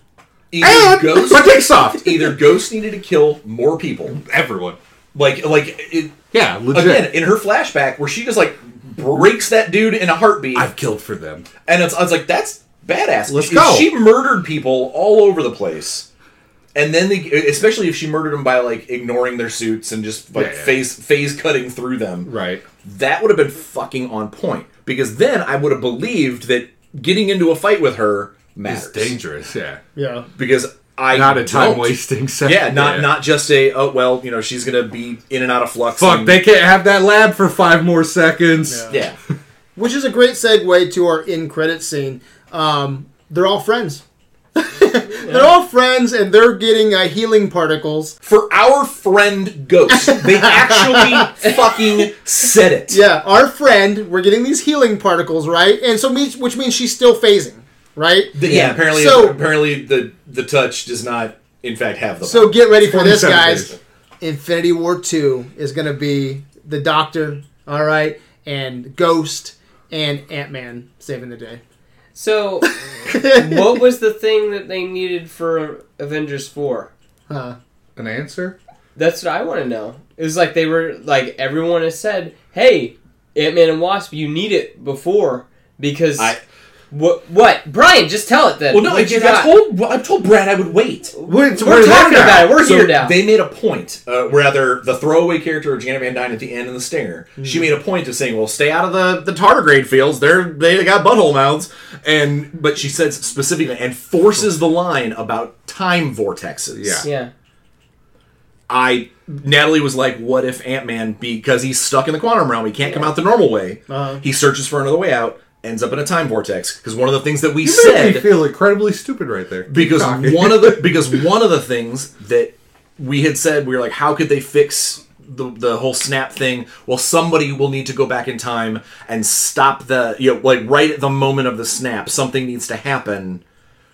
either And Ghost, my dick's soft. either Ghost needed to kill more people, Everyone. like like it, Yeah, legit. again in her flashback where she just like breaks that dude in a heartbeat. I've killed for them. And it's, I was like, that's badass. Let's If go. She murdered people all over the place. And then, they, especially if she murdered them by like ignoring their suits and just like Yeah, yeah. phase phase cutting through them, Right. that would have been fucking on point. Because then I would have believed that getting into a fight with her It's matters. dangerous. Yeah. Yeah. Because I Not a time don't- wasting session. Yeah, not not just a oh well, you know she's gonna be in and out of flux. Fuck, and- they can't have that lab for five more seconds. Yeah. yeah. Which is a great segue to our in credit scene. Um, they're all friends. They're all friends, and they're getting uh, healing particles. For our friend Ghost, they actually fucking said it. Yeah, our friend, we're getting these healing particles, right? And so, means, which means she's still phasing, right? The- yeah, apparently, So- apparently the the touch does not, in fact, have the. So get ready for this, 27 guys. days. Infinity War Two is going to be the Doctor, all right, and Ghost and Ant Man saving the day. So, what was the thing that they needed for Avengers Four? Huh. An answer? That's what I want to know. It was like they were like everyone has said, "Hey, Ant Man and Wasp, you need it before because I- what? What? Brian, just tell it then. well, no, I, What you I got? told well, I told Brad I would wait. Wait, We're talking about it. We're So here now. They made a point, uh, rather the throwaway character of Janet Van Dyne at the end in the stinger. Hmm. She made a point of saying, "Well, stay out of the the tardigrade fields. They're they got butthole mouths." And but she says specifically and forces the line about time vortexes. Yeah. yeah. I Natalie was like, "What if Ant Man because he's stuck in the quantum realm? He can't come out the normal way. Uh-huh. He searches for another way out, ends up in a time vortex. Because one of the things that we You made me said feel incredibly stupid right there. because Talking. one of the because one of the things that we had said we were like, how could they fix the the whole snap thing? Well, somebody will need to go back in time and stop the you know like right at the moment of the snap, something needs to happen."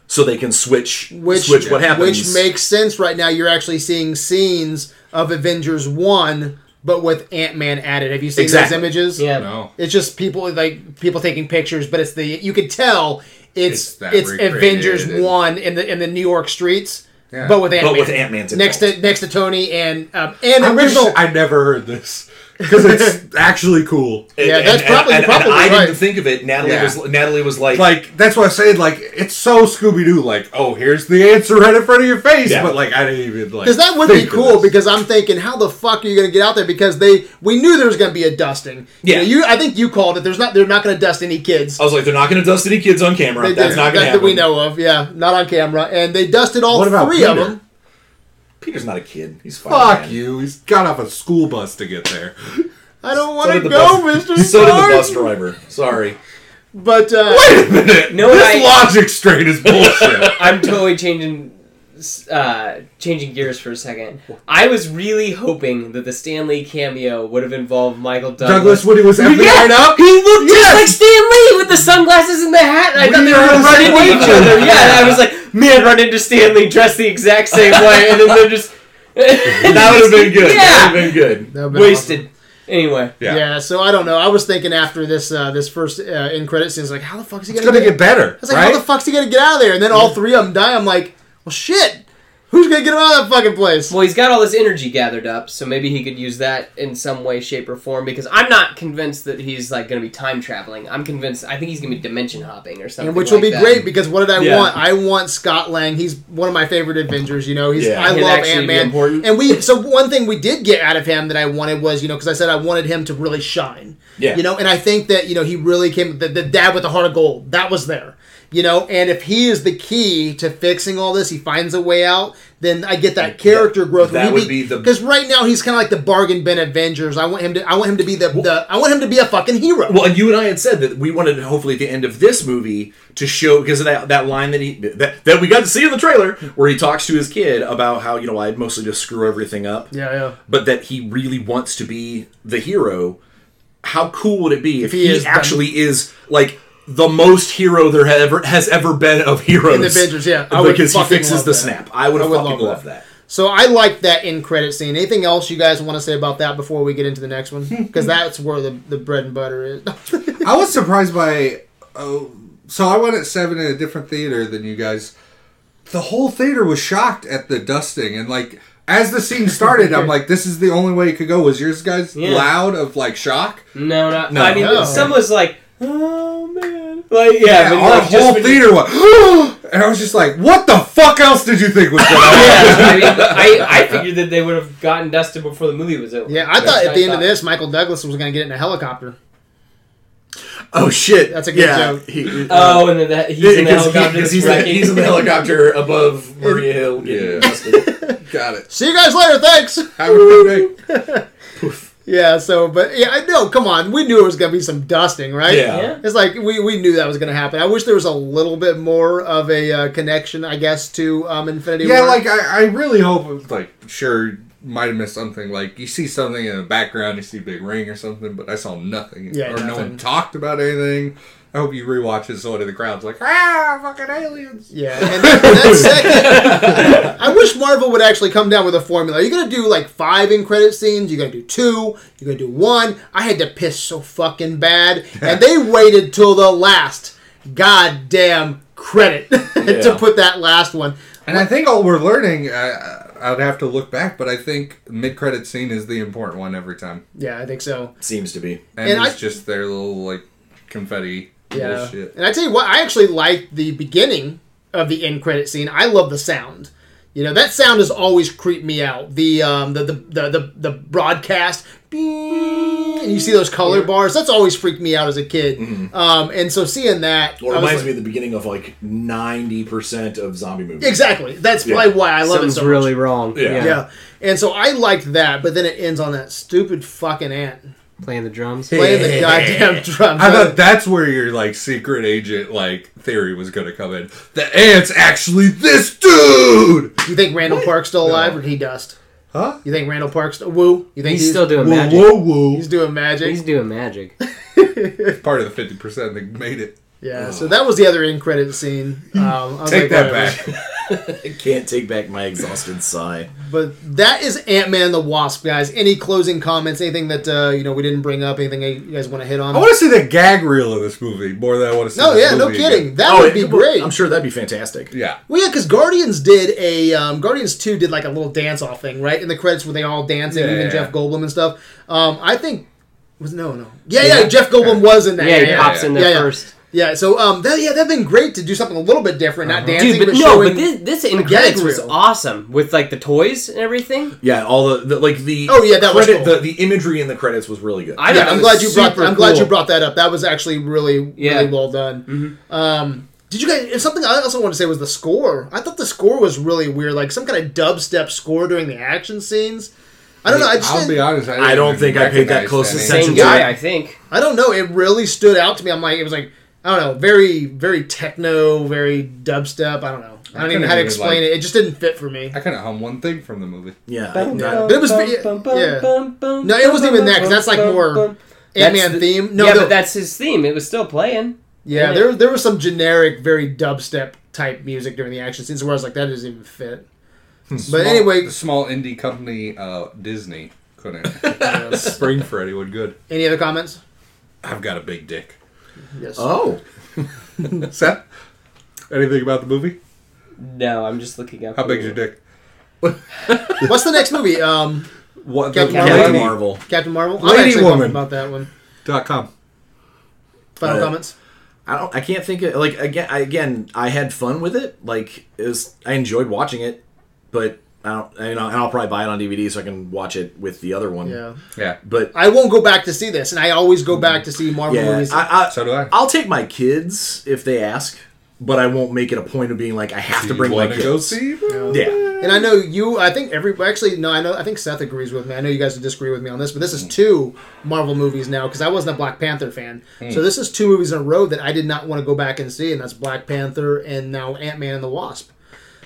So they can switch, Which switch what happens, Which makes sense right now. You're actually seeing scenes of Avengers One, but with Ant Man added. Have you seen Exactly. those images? Yeah. no. It's just people like people taking pictures, but it's the you could tell It's it's that it's, recreated Avengers and- One in the in the New York streets, Yeah. but with Ant Man. but with Ant Man's next to next to Tony and um, and I wish original. I never heard this because it's actually cool. Yeah, that's probably- and, probably I right. didn't think of it. Natalie Yeah. was Natalie was like, Like that's what I said. Like it's so Scooby Doo. Like oh, here's the answer right in front of your face. Yeah. But like I didn't even like Because that would be think of cool. this. Because I'm thinking, how the fuck are you going to get out there? Because they, we knew there was going to be a dusting. You Yeah. know, you. I think you called it. There's not. They're not going to dust any kids. I was like, they're not going to dust any kids on camera. They That's did- not going to happen. that we know of. Yeah, not on camera. And they dusted all What about three of Peter? them. Peter's not a kid. He's fine. Fuck man. you. He's got off a school bus to get there. I don't So want did to the go, bus- Mister. So did the bus driver. Sorry. But uh, Wait a minute. No, this I- logic straight is bullshit. I'm totally changing uh, changing gears for a second. I was really hoping that the Stanley cameo would have involved Michael Douglas. Douglas Woody was everything right up. He looked just Yes. like Stan Lee with the sunglasses and the hat. And I thought We they are the were running same into each way. other. Yeah, and I was like, man, run into Stan Lee dressed the exact same way, and then they're just That would have been good. That Yeah, would have been good. That would've been wasted. awesome. Anyway, Yeah. Yeah, so I don't know. I was thinking after this uh, this first uh, end credit scene, I was like, how the fuck is he It's gonna, gonna get? get better, I was like, right? how the fuck's he gonna get out of there? And then all three of them die. I'm like, well, shit. Who's gonna get him out of that fucking place? well, he's got all this energy gathered up, so maybe he could use that in some way, shape, or form. Because I'm not convinced that he's like going to be time traveling. I'm convinced. I think he's going to be dimension hopping or something. And which will like be that. great because what did I Yeah. want? I want Scott Lang. He's one of my favorite Avengers. You know, he's Yeah. I He'd love actually be Ant Man. important. And we so one thing we did get out of him that I wanted was you know because I said I wanted him to really shine. Yeah. You know, and I think that you know he really came the, the dad with the heart of gold that was there. You know, and if he is the key to fixing all this, he finds a way out. Then I get that character growth. that would be the- because right now he's kind of like the bargain bin Avengers. I want him to. I want him to be the, the. I want him to be a fucking hero. Well, and you and I had said that we wanted, hopefully, at the end of this movie to show because of that, that line that he that, that we got to see in the trailer where he talks to his kid about how you know I mostly just screw everything up. yeah, yeah. but that he really wants to be the hero. How cool would it be if he he, is the- actually is like the most hero there ha- ever has ever been of heroes In the Avengers, yeah. I would because he fucking fixes love the that. snap. I would I have would fucking love loved that. So I like that end credit scene. Anything else you guys want to say about that before we get into the next one? Because that's where the, the bread and butter is. I was surprised by. Oh, so I went at seven in a different theater than you guys. The whole theater was shocked at the dusting, and like as the scene started, I'm like, this is the only way it could go. Was yours guys Yeah. loud of like shock? No, not. No. I mean, No. some was like, oh man, like yeah, but, our like, just whole when- theater went. and I was just like, what the fuck else did you think was going on? yeah, I mean, I, I figured that they would have gotten dusted before the movie was over. Yeah, I thought at the end of this, Michael Douglas was going to get in a helicopter. Oh shit! That's a good yeah. joke. He- Oh, and then that he's in the Uh, Because he- helicopter. that's because he's, in- wrecking. he's in the helicopter above Maria Hill. Yeah. Getting yeah. Got it. See you guys later. Thanks. Have a good day. Yeah. So, but yeah, I know. Come on, we knew it was going to be some dusting, right? Yeah. It's like we, we knew that was going to happen. I wish there was a little bit more of a uh, connection, I guess, to um, Infinity Yeah, War. like I, I really hope, like, sure, might have missed something. Like, you see something in the background, you see a big ring or something, but I saw nothing. Yeah, or no nothing. one talked about anything. I hope you rewatch it so that the crowd's like, ah, fucking aliens. Yeah, and that, that's second. I wish Marvel would actually come down with a formula. You're gonna do like five in credit scenes. You're gonna do two. You're gonna do one. I had to piss so fucking bad, and they waited till the last goddamn credit to Yeah. put that last one. And I think all we're learning, uh, I'd have to look back, but I think mid-credit scene is the important one every time. Yeah, I think so. Seems to be. And, And it's I- just their little, like, confetti Yeah, bullshit. and I tell you what, I actually liked the beginning of the end credit scene. I love the sound. You know that sound has always creeped me out. The um the the the the, the broadcast. "Bing," And you see those color bars. That's always freaked me out as a kid. Um, and so seeing that Well, I was it Mm-hmm. reminds like- me of the beginning of like ninety percent of zombie movies. exactly. That's Yeah. probably why I love Something's it so much. really wrong. Yeah. Yeah, and so I liked that, but then it ends on that stupid fucking ant playing the drums. playing the goddamn drums. I thought that's where your like secret agent like theory was gonna come in. The ant's actually this dude. you think Randall Park's still alive, or did he dust? Huh? You think Randall Park's woo? You think He's still doing Whoa, magic. whoa, whoa! He's doing magic. He's doing magic. part of the fifty percent that made it. Yeah, so that was the other end credit scene. Um, I was like, Take that whatever. back. I can't take back my exhausted sigh. But that is Ant Man and the Wasp, guys. Any closing comments? Anything that uh, you know we didn't bring up? Anything you guys want to hit on? I want to see the gag reel of this movie more than I want to see. no, this yeah, no movie kidding. again. That would be Oh, it- great. I'm sure that'd be fantastic. Yeah, Well, yeah, because Guardians did a um, Guardians Two did like a little dance off thing, right? In the credits where they all dancing, Yeah, even yeah. Jeff Goldblum and stuff. Um, I think was no, no, yeah, yeah. Jeff Goldblum was in that. Yeah, he pops in there Yeah, yeah. first. Yeah, so um, that, yeah, that'd been great to do something a little bit different, not dancing, Dude, but but no, showing. but this this in gag credits was reel. awesome with like the toys and everything. Yeah, all the, the like the Oh, yeah, that was credit- cool. the, the imagery in the credits was really good. I yeah, thought I'm it glad was you brought. super I'm glad you cool. brought that up. That was actually really, Yeah. Mm-hmm. really well done. Um, did you guys? And something I also want to say was the score. I thought the score was really weird, like some kind of dubstep score during the action scenes. I don't know. I just I'll be didn't- honest. I, I didn't don't think I paid that recognize close any. attention. Same Essentially. guy, I think. I don't know. It really stood out to me. I'm like, it was like I don't know, very, very techno, very dubstep. I don't know. I don't even know how to couldn't even, explain like- it. It just didn't fit for me. I kind of hum one thing from the movie. yeah, I- But it was- yeah. No, it wasn't even that, 'cause that's like more Ant Man the- theme. No, yeah, the- but that's his theme. It was still playing. yeah. There, there was some generic, very dubstep type music during the action scenes where I was like, that doesn't even fit. Hmm. But Small- anyway, the small indie company uh, Disney couldn't spring for anyone good. Any other comments? I've got a big dick. Yes. oh, Seth, anything about the movie? No, I'm just looking up. How big's your dick? What's the next movie? Um, What Captain the Captain lady- Marvel. Captain Marvel. Lady actually Woman. about that one. dot com. Final Uh, comments. I don't. I can't think of like again. I, again, I had fun with it. Like it was, I enjoyed watching it, but I don't. I mean, I'll, and I'll probably buy it on DVD so I can watch it with the other one. Yeah. Yeah. But I won't go back to see this, and I always go back to see Marvel yeah, movies. I, I, So do I. I'll take my kids if they ask, but I won't make it a point of being like I have to bring my kids. go see? Yeah. Yeah, and I know you. I think every actually no. I know. I think Seth agrees with me. I know you guys would disagree with me on this, but this is Mm. two Marvel movies now because I wasn't a Black Panther fan. Mm. So this is two movies in a row that I did not want to go back and see, and that's Black Panther and now Ant Man and the Wasp.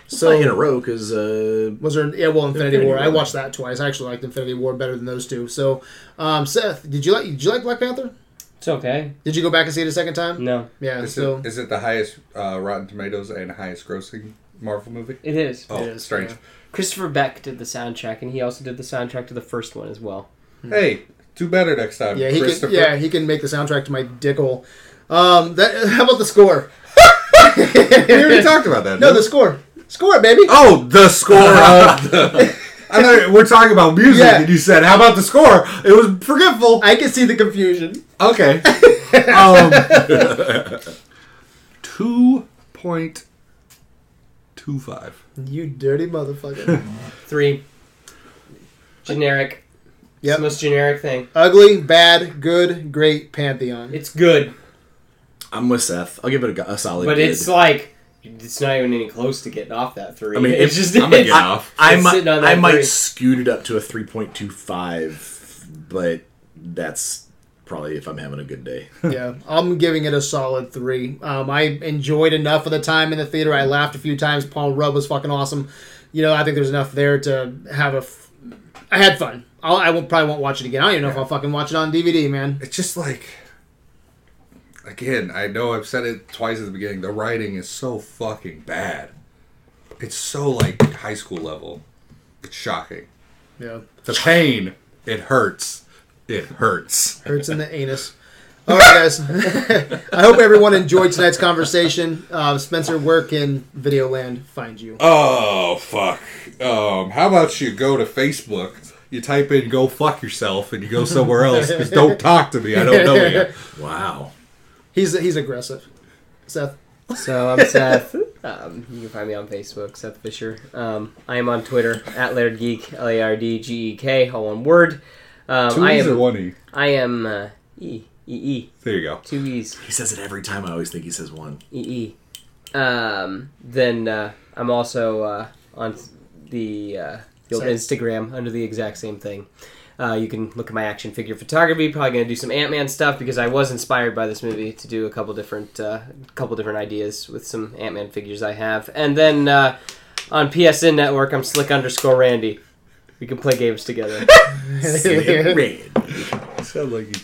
So Not in a row because uh, Was there? Yeah, well, Infinity, Infinity War. I War. watched that twice. I actually liked Infinity War better than those two. So, um, Seth, did you like? Did you like Black Panther? It's okay. Did you go back and see it a second time? No, Yeah. Is, so it, is it the highest uh, Rotten Tomatoes and highest grossing Marvel movie? it is. Oh, is, strange. Christopher Beck did the soundtrack, and he also did the soundtrack to the first one as well. Hey, do better next time, Hmm. yeah, he can. Christopher. Yeah, he can make the soundtrack to my dickhole. Um, that, how about the score? we already talked about that. No, didn't the we? score. Score, baby. oh, the score of the. I know we're talking about music, Yeah. and you said, "How about the score?" It was forgetful. I can see the confusion. Okay. um, two point two five. You dirty motherfucker. Three. Generic. It's yep. the most generic thing. Ugly, bad, good, great pantheon. It's good, I'm with Seth. I'll give it a, go- a solid. but bid. it's like it's not even any close to getting off that three. I mean, it's if- just I'm gonna get it's- off. I, It's might, sitting on I that three. might scoot it up to a 3.25, but that's probably if I'm having a good day. yeah, I'm giving it a solid three. Um, I enjoyed enough of the time in the theater. I laughed a few times. Paul Rudd was fucking awesome. You know, I think there's enough there to have a. F- I had fun. I'll, I won't, probably won't watch it again. I don't even know if I'll fucking watch it on DVD, man. It's just like, again, I know I've said it twice at the beginning. The writing is so fucking bad. It's so like high school level. It's shocking. Yeah, The pain. It hurts. It hurts. hurts in the anus. All right, guys. I hope everyone enjoyed tonight's conversation. Uh, Spencer, where can Videoland find you? Oh fuck. Um, how about you go to Facebook? You type in "go fuck yourself" and you go somewhere else. Just don't talk to me. I don't know you. Wow. He's he's aggressive. Seth. So I'm Seth. Um, you can find me on Facebook, Seth Fisher. Um, I am on Twitter at Laird Geek, L A R D G E K, all one word. Um, Two I E's or am. one E. I am uh, E E E There you go. two E's He says it every time. I always think he says one. E E. Um, then uh, I'm also uh, on the, uh, the old Sorry. Instagram under the exact same thing. Uh, you can look at my action figure photography. Probably gonna do some Ant Man stuff because I was inspired by this movie to do a couple different, uh, couple different ideas with some Ant Man figures I have. And then uh, on PSN Network, I'm Slick underscore Randy. We can play games together. Slip red. Sound like you.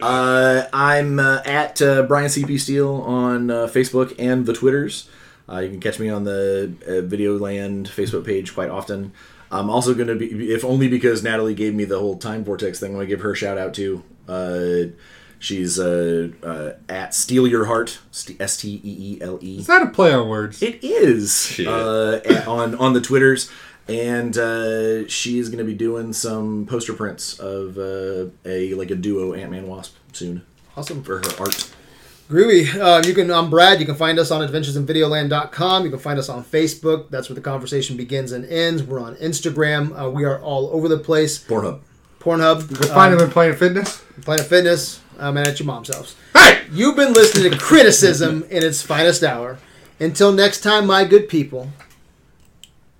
Uh, I'm uh, at uh, Brian CP Steele on uh, Facebook and the Twitters. Uh, you can catch me on the uh, Videoland Facebook page quite often. I'm also going to be, if only because Natalie gave me the whole time vortex thing, I'm going to give her a shout out too. Uh, she's uh, uh, at Steal Your Heart, S T E E L E. It's not a play on words. It is Shit. uh, at- on on the twitters, and uh, she is going to be doing some poster prints of uh, a like a duo Ant Man Wasp soon Awesome. for her art. Groovy. Um, you can, I'm Brad. You can find us on adventuresinvideoland.com. You can find us on Facebook. That's where the conversation begins and ends. We're on Instagram. Uh, we are all over the place. Pornhub. Pornhub, You can um, find him in Planet Fitness. Planet Fitness, um, and at your mom's house. Hey! You've been listening to Criticism in its finest hour. Until next time, my good people,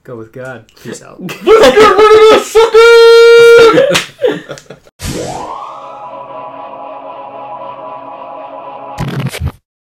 Go with God. peace out. Let's get rid of this sucker!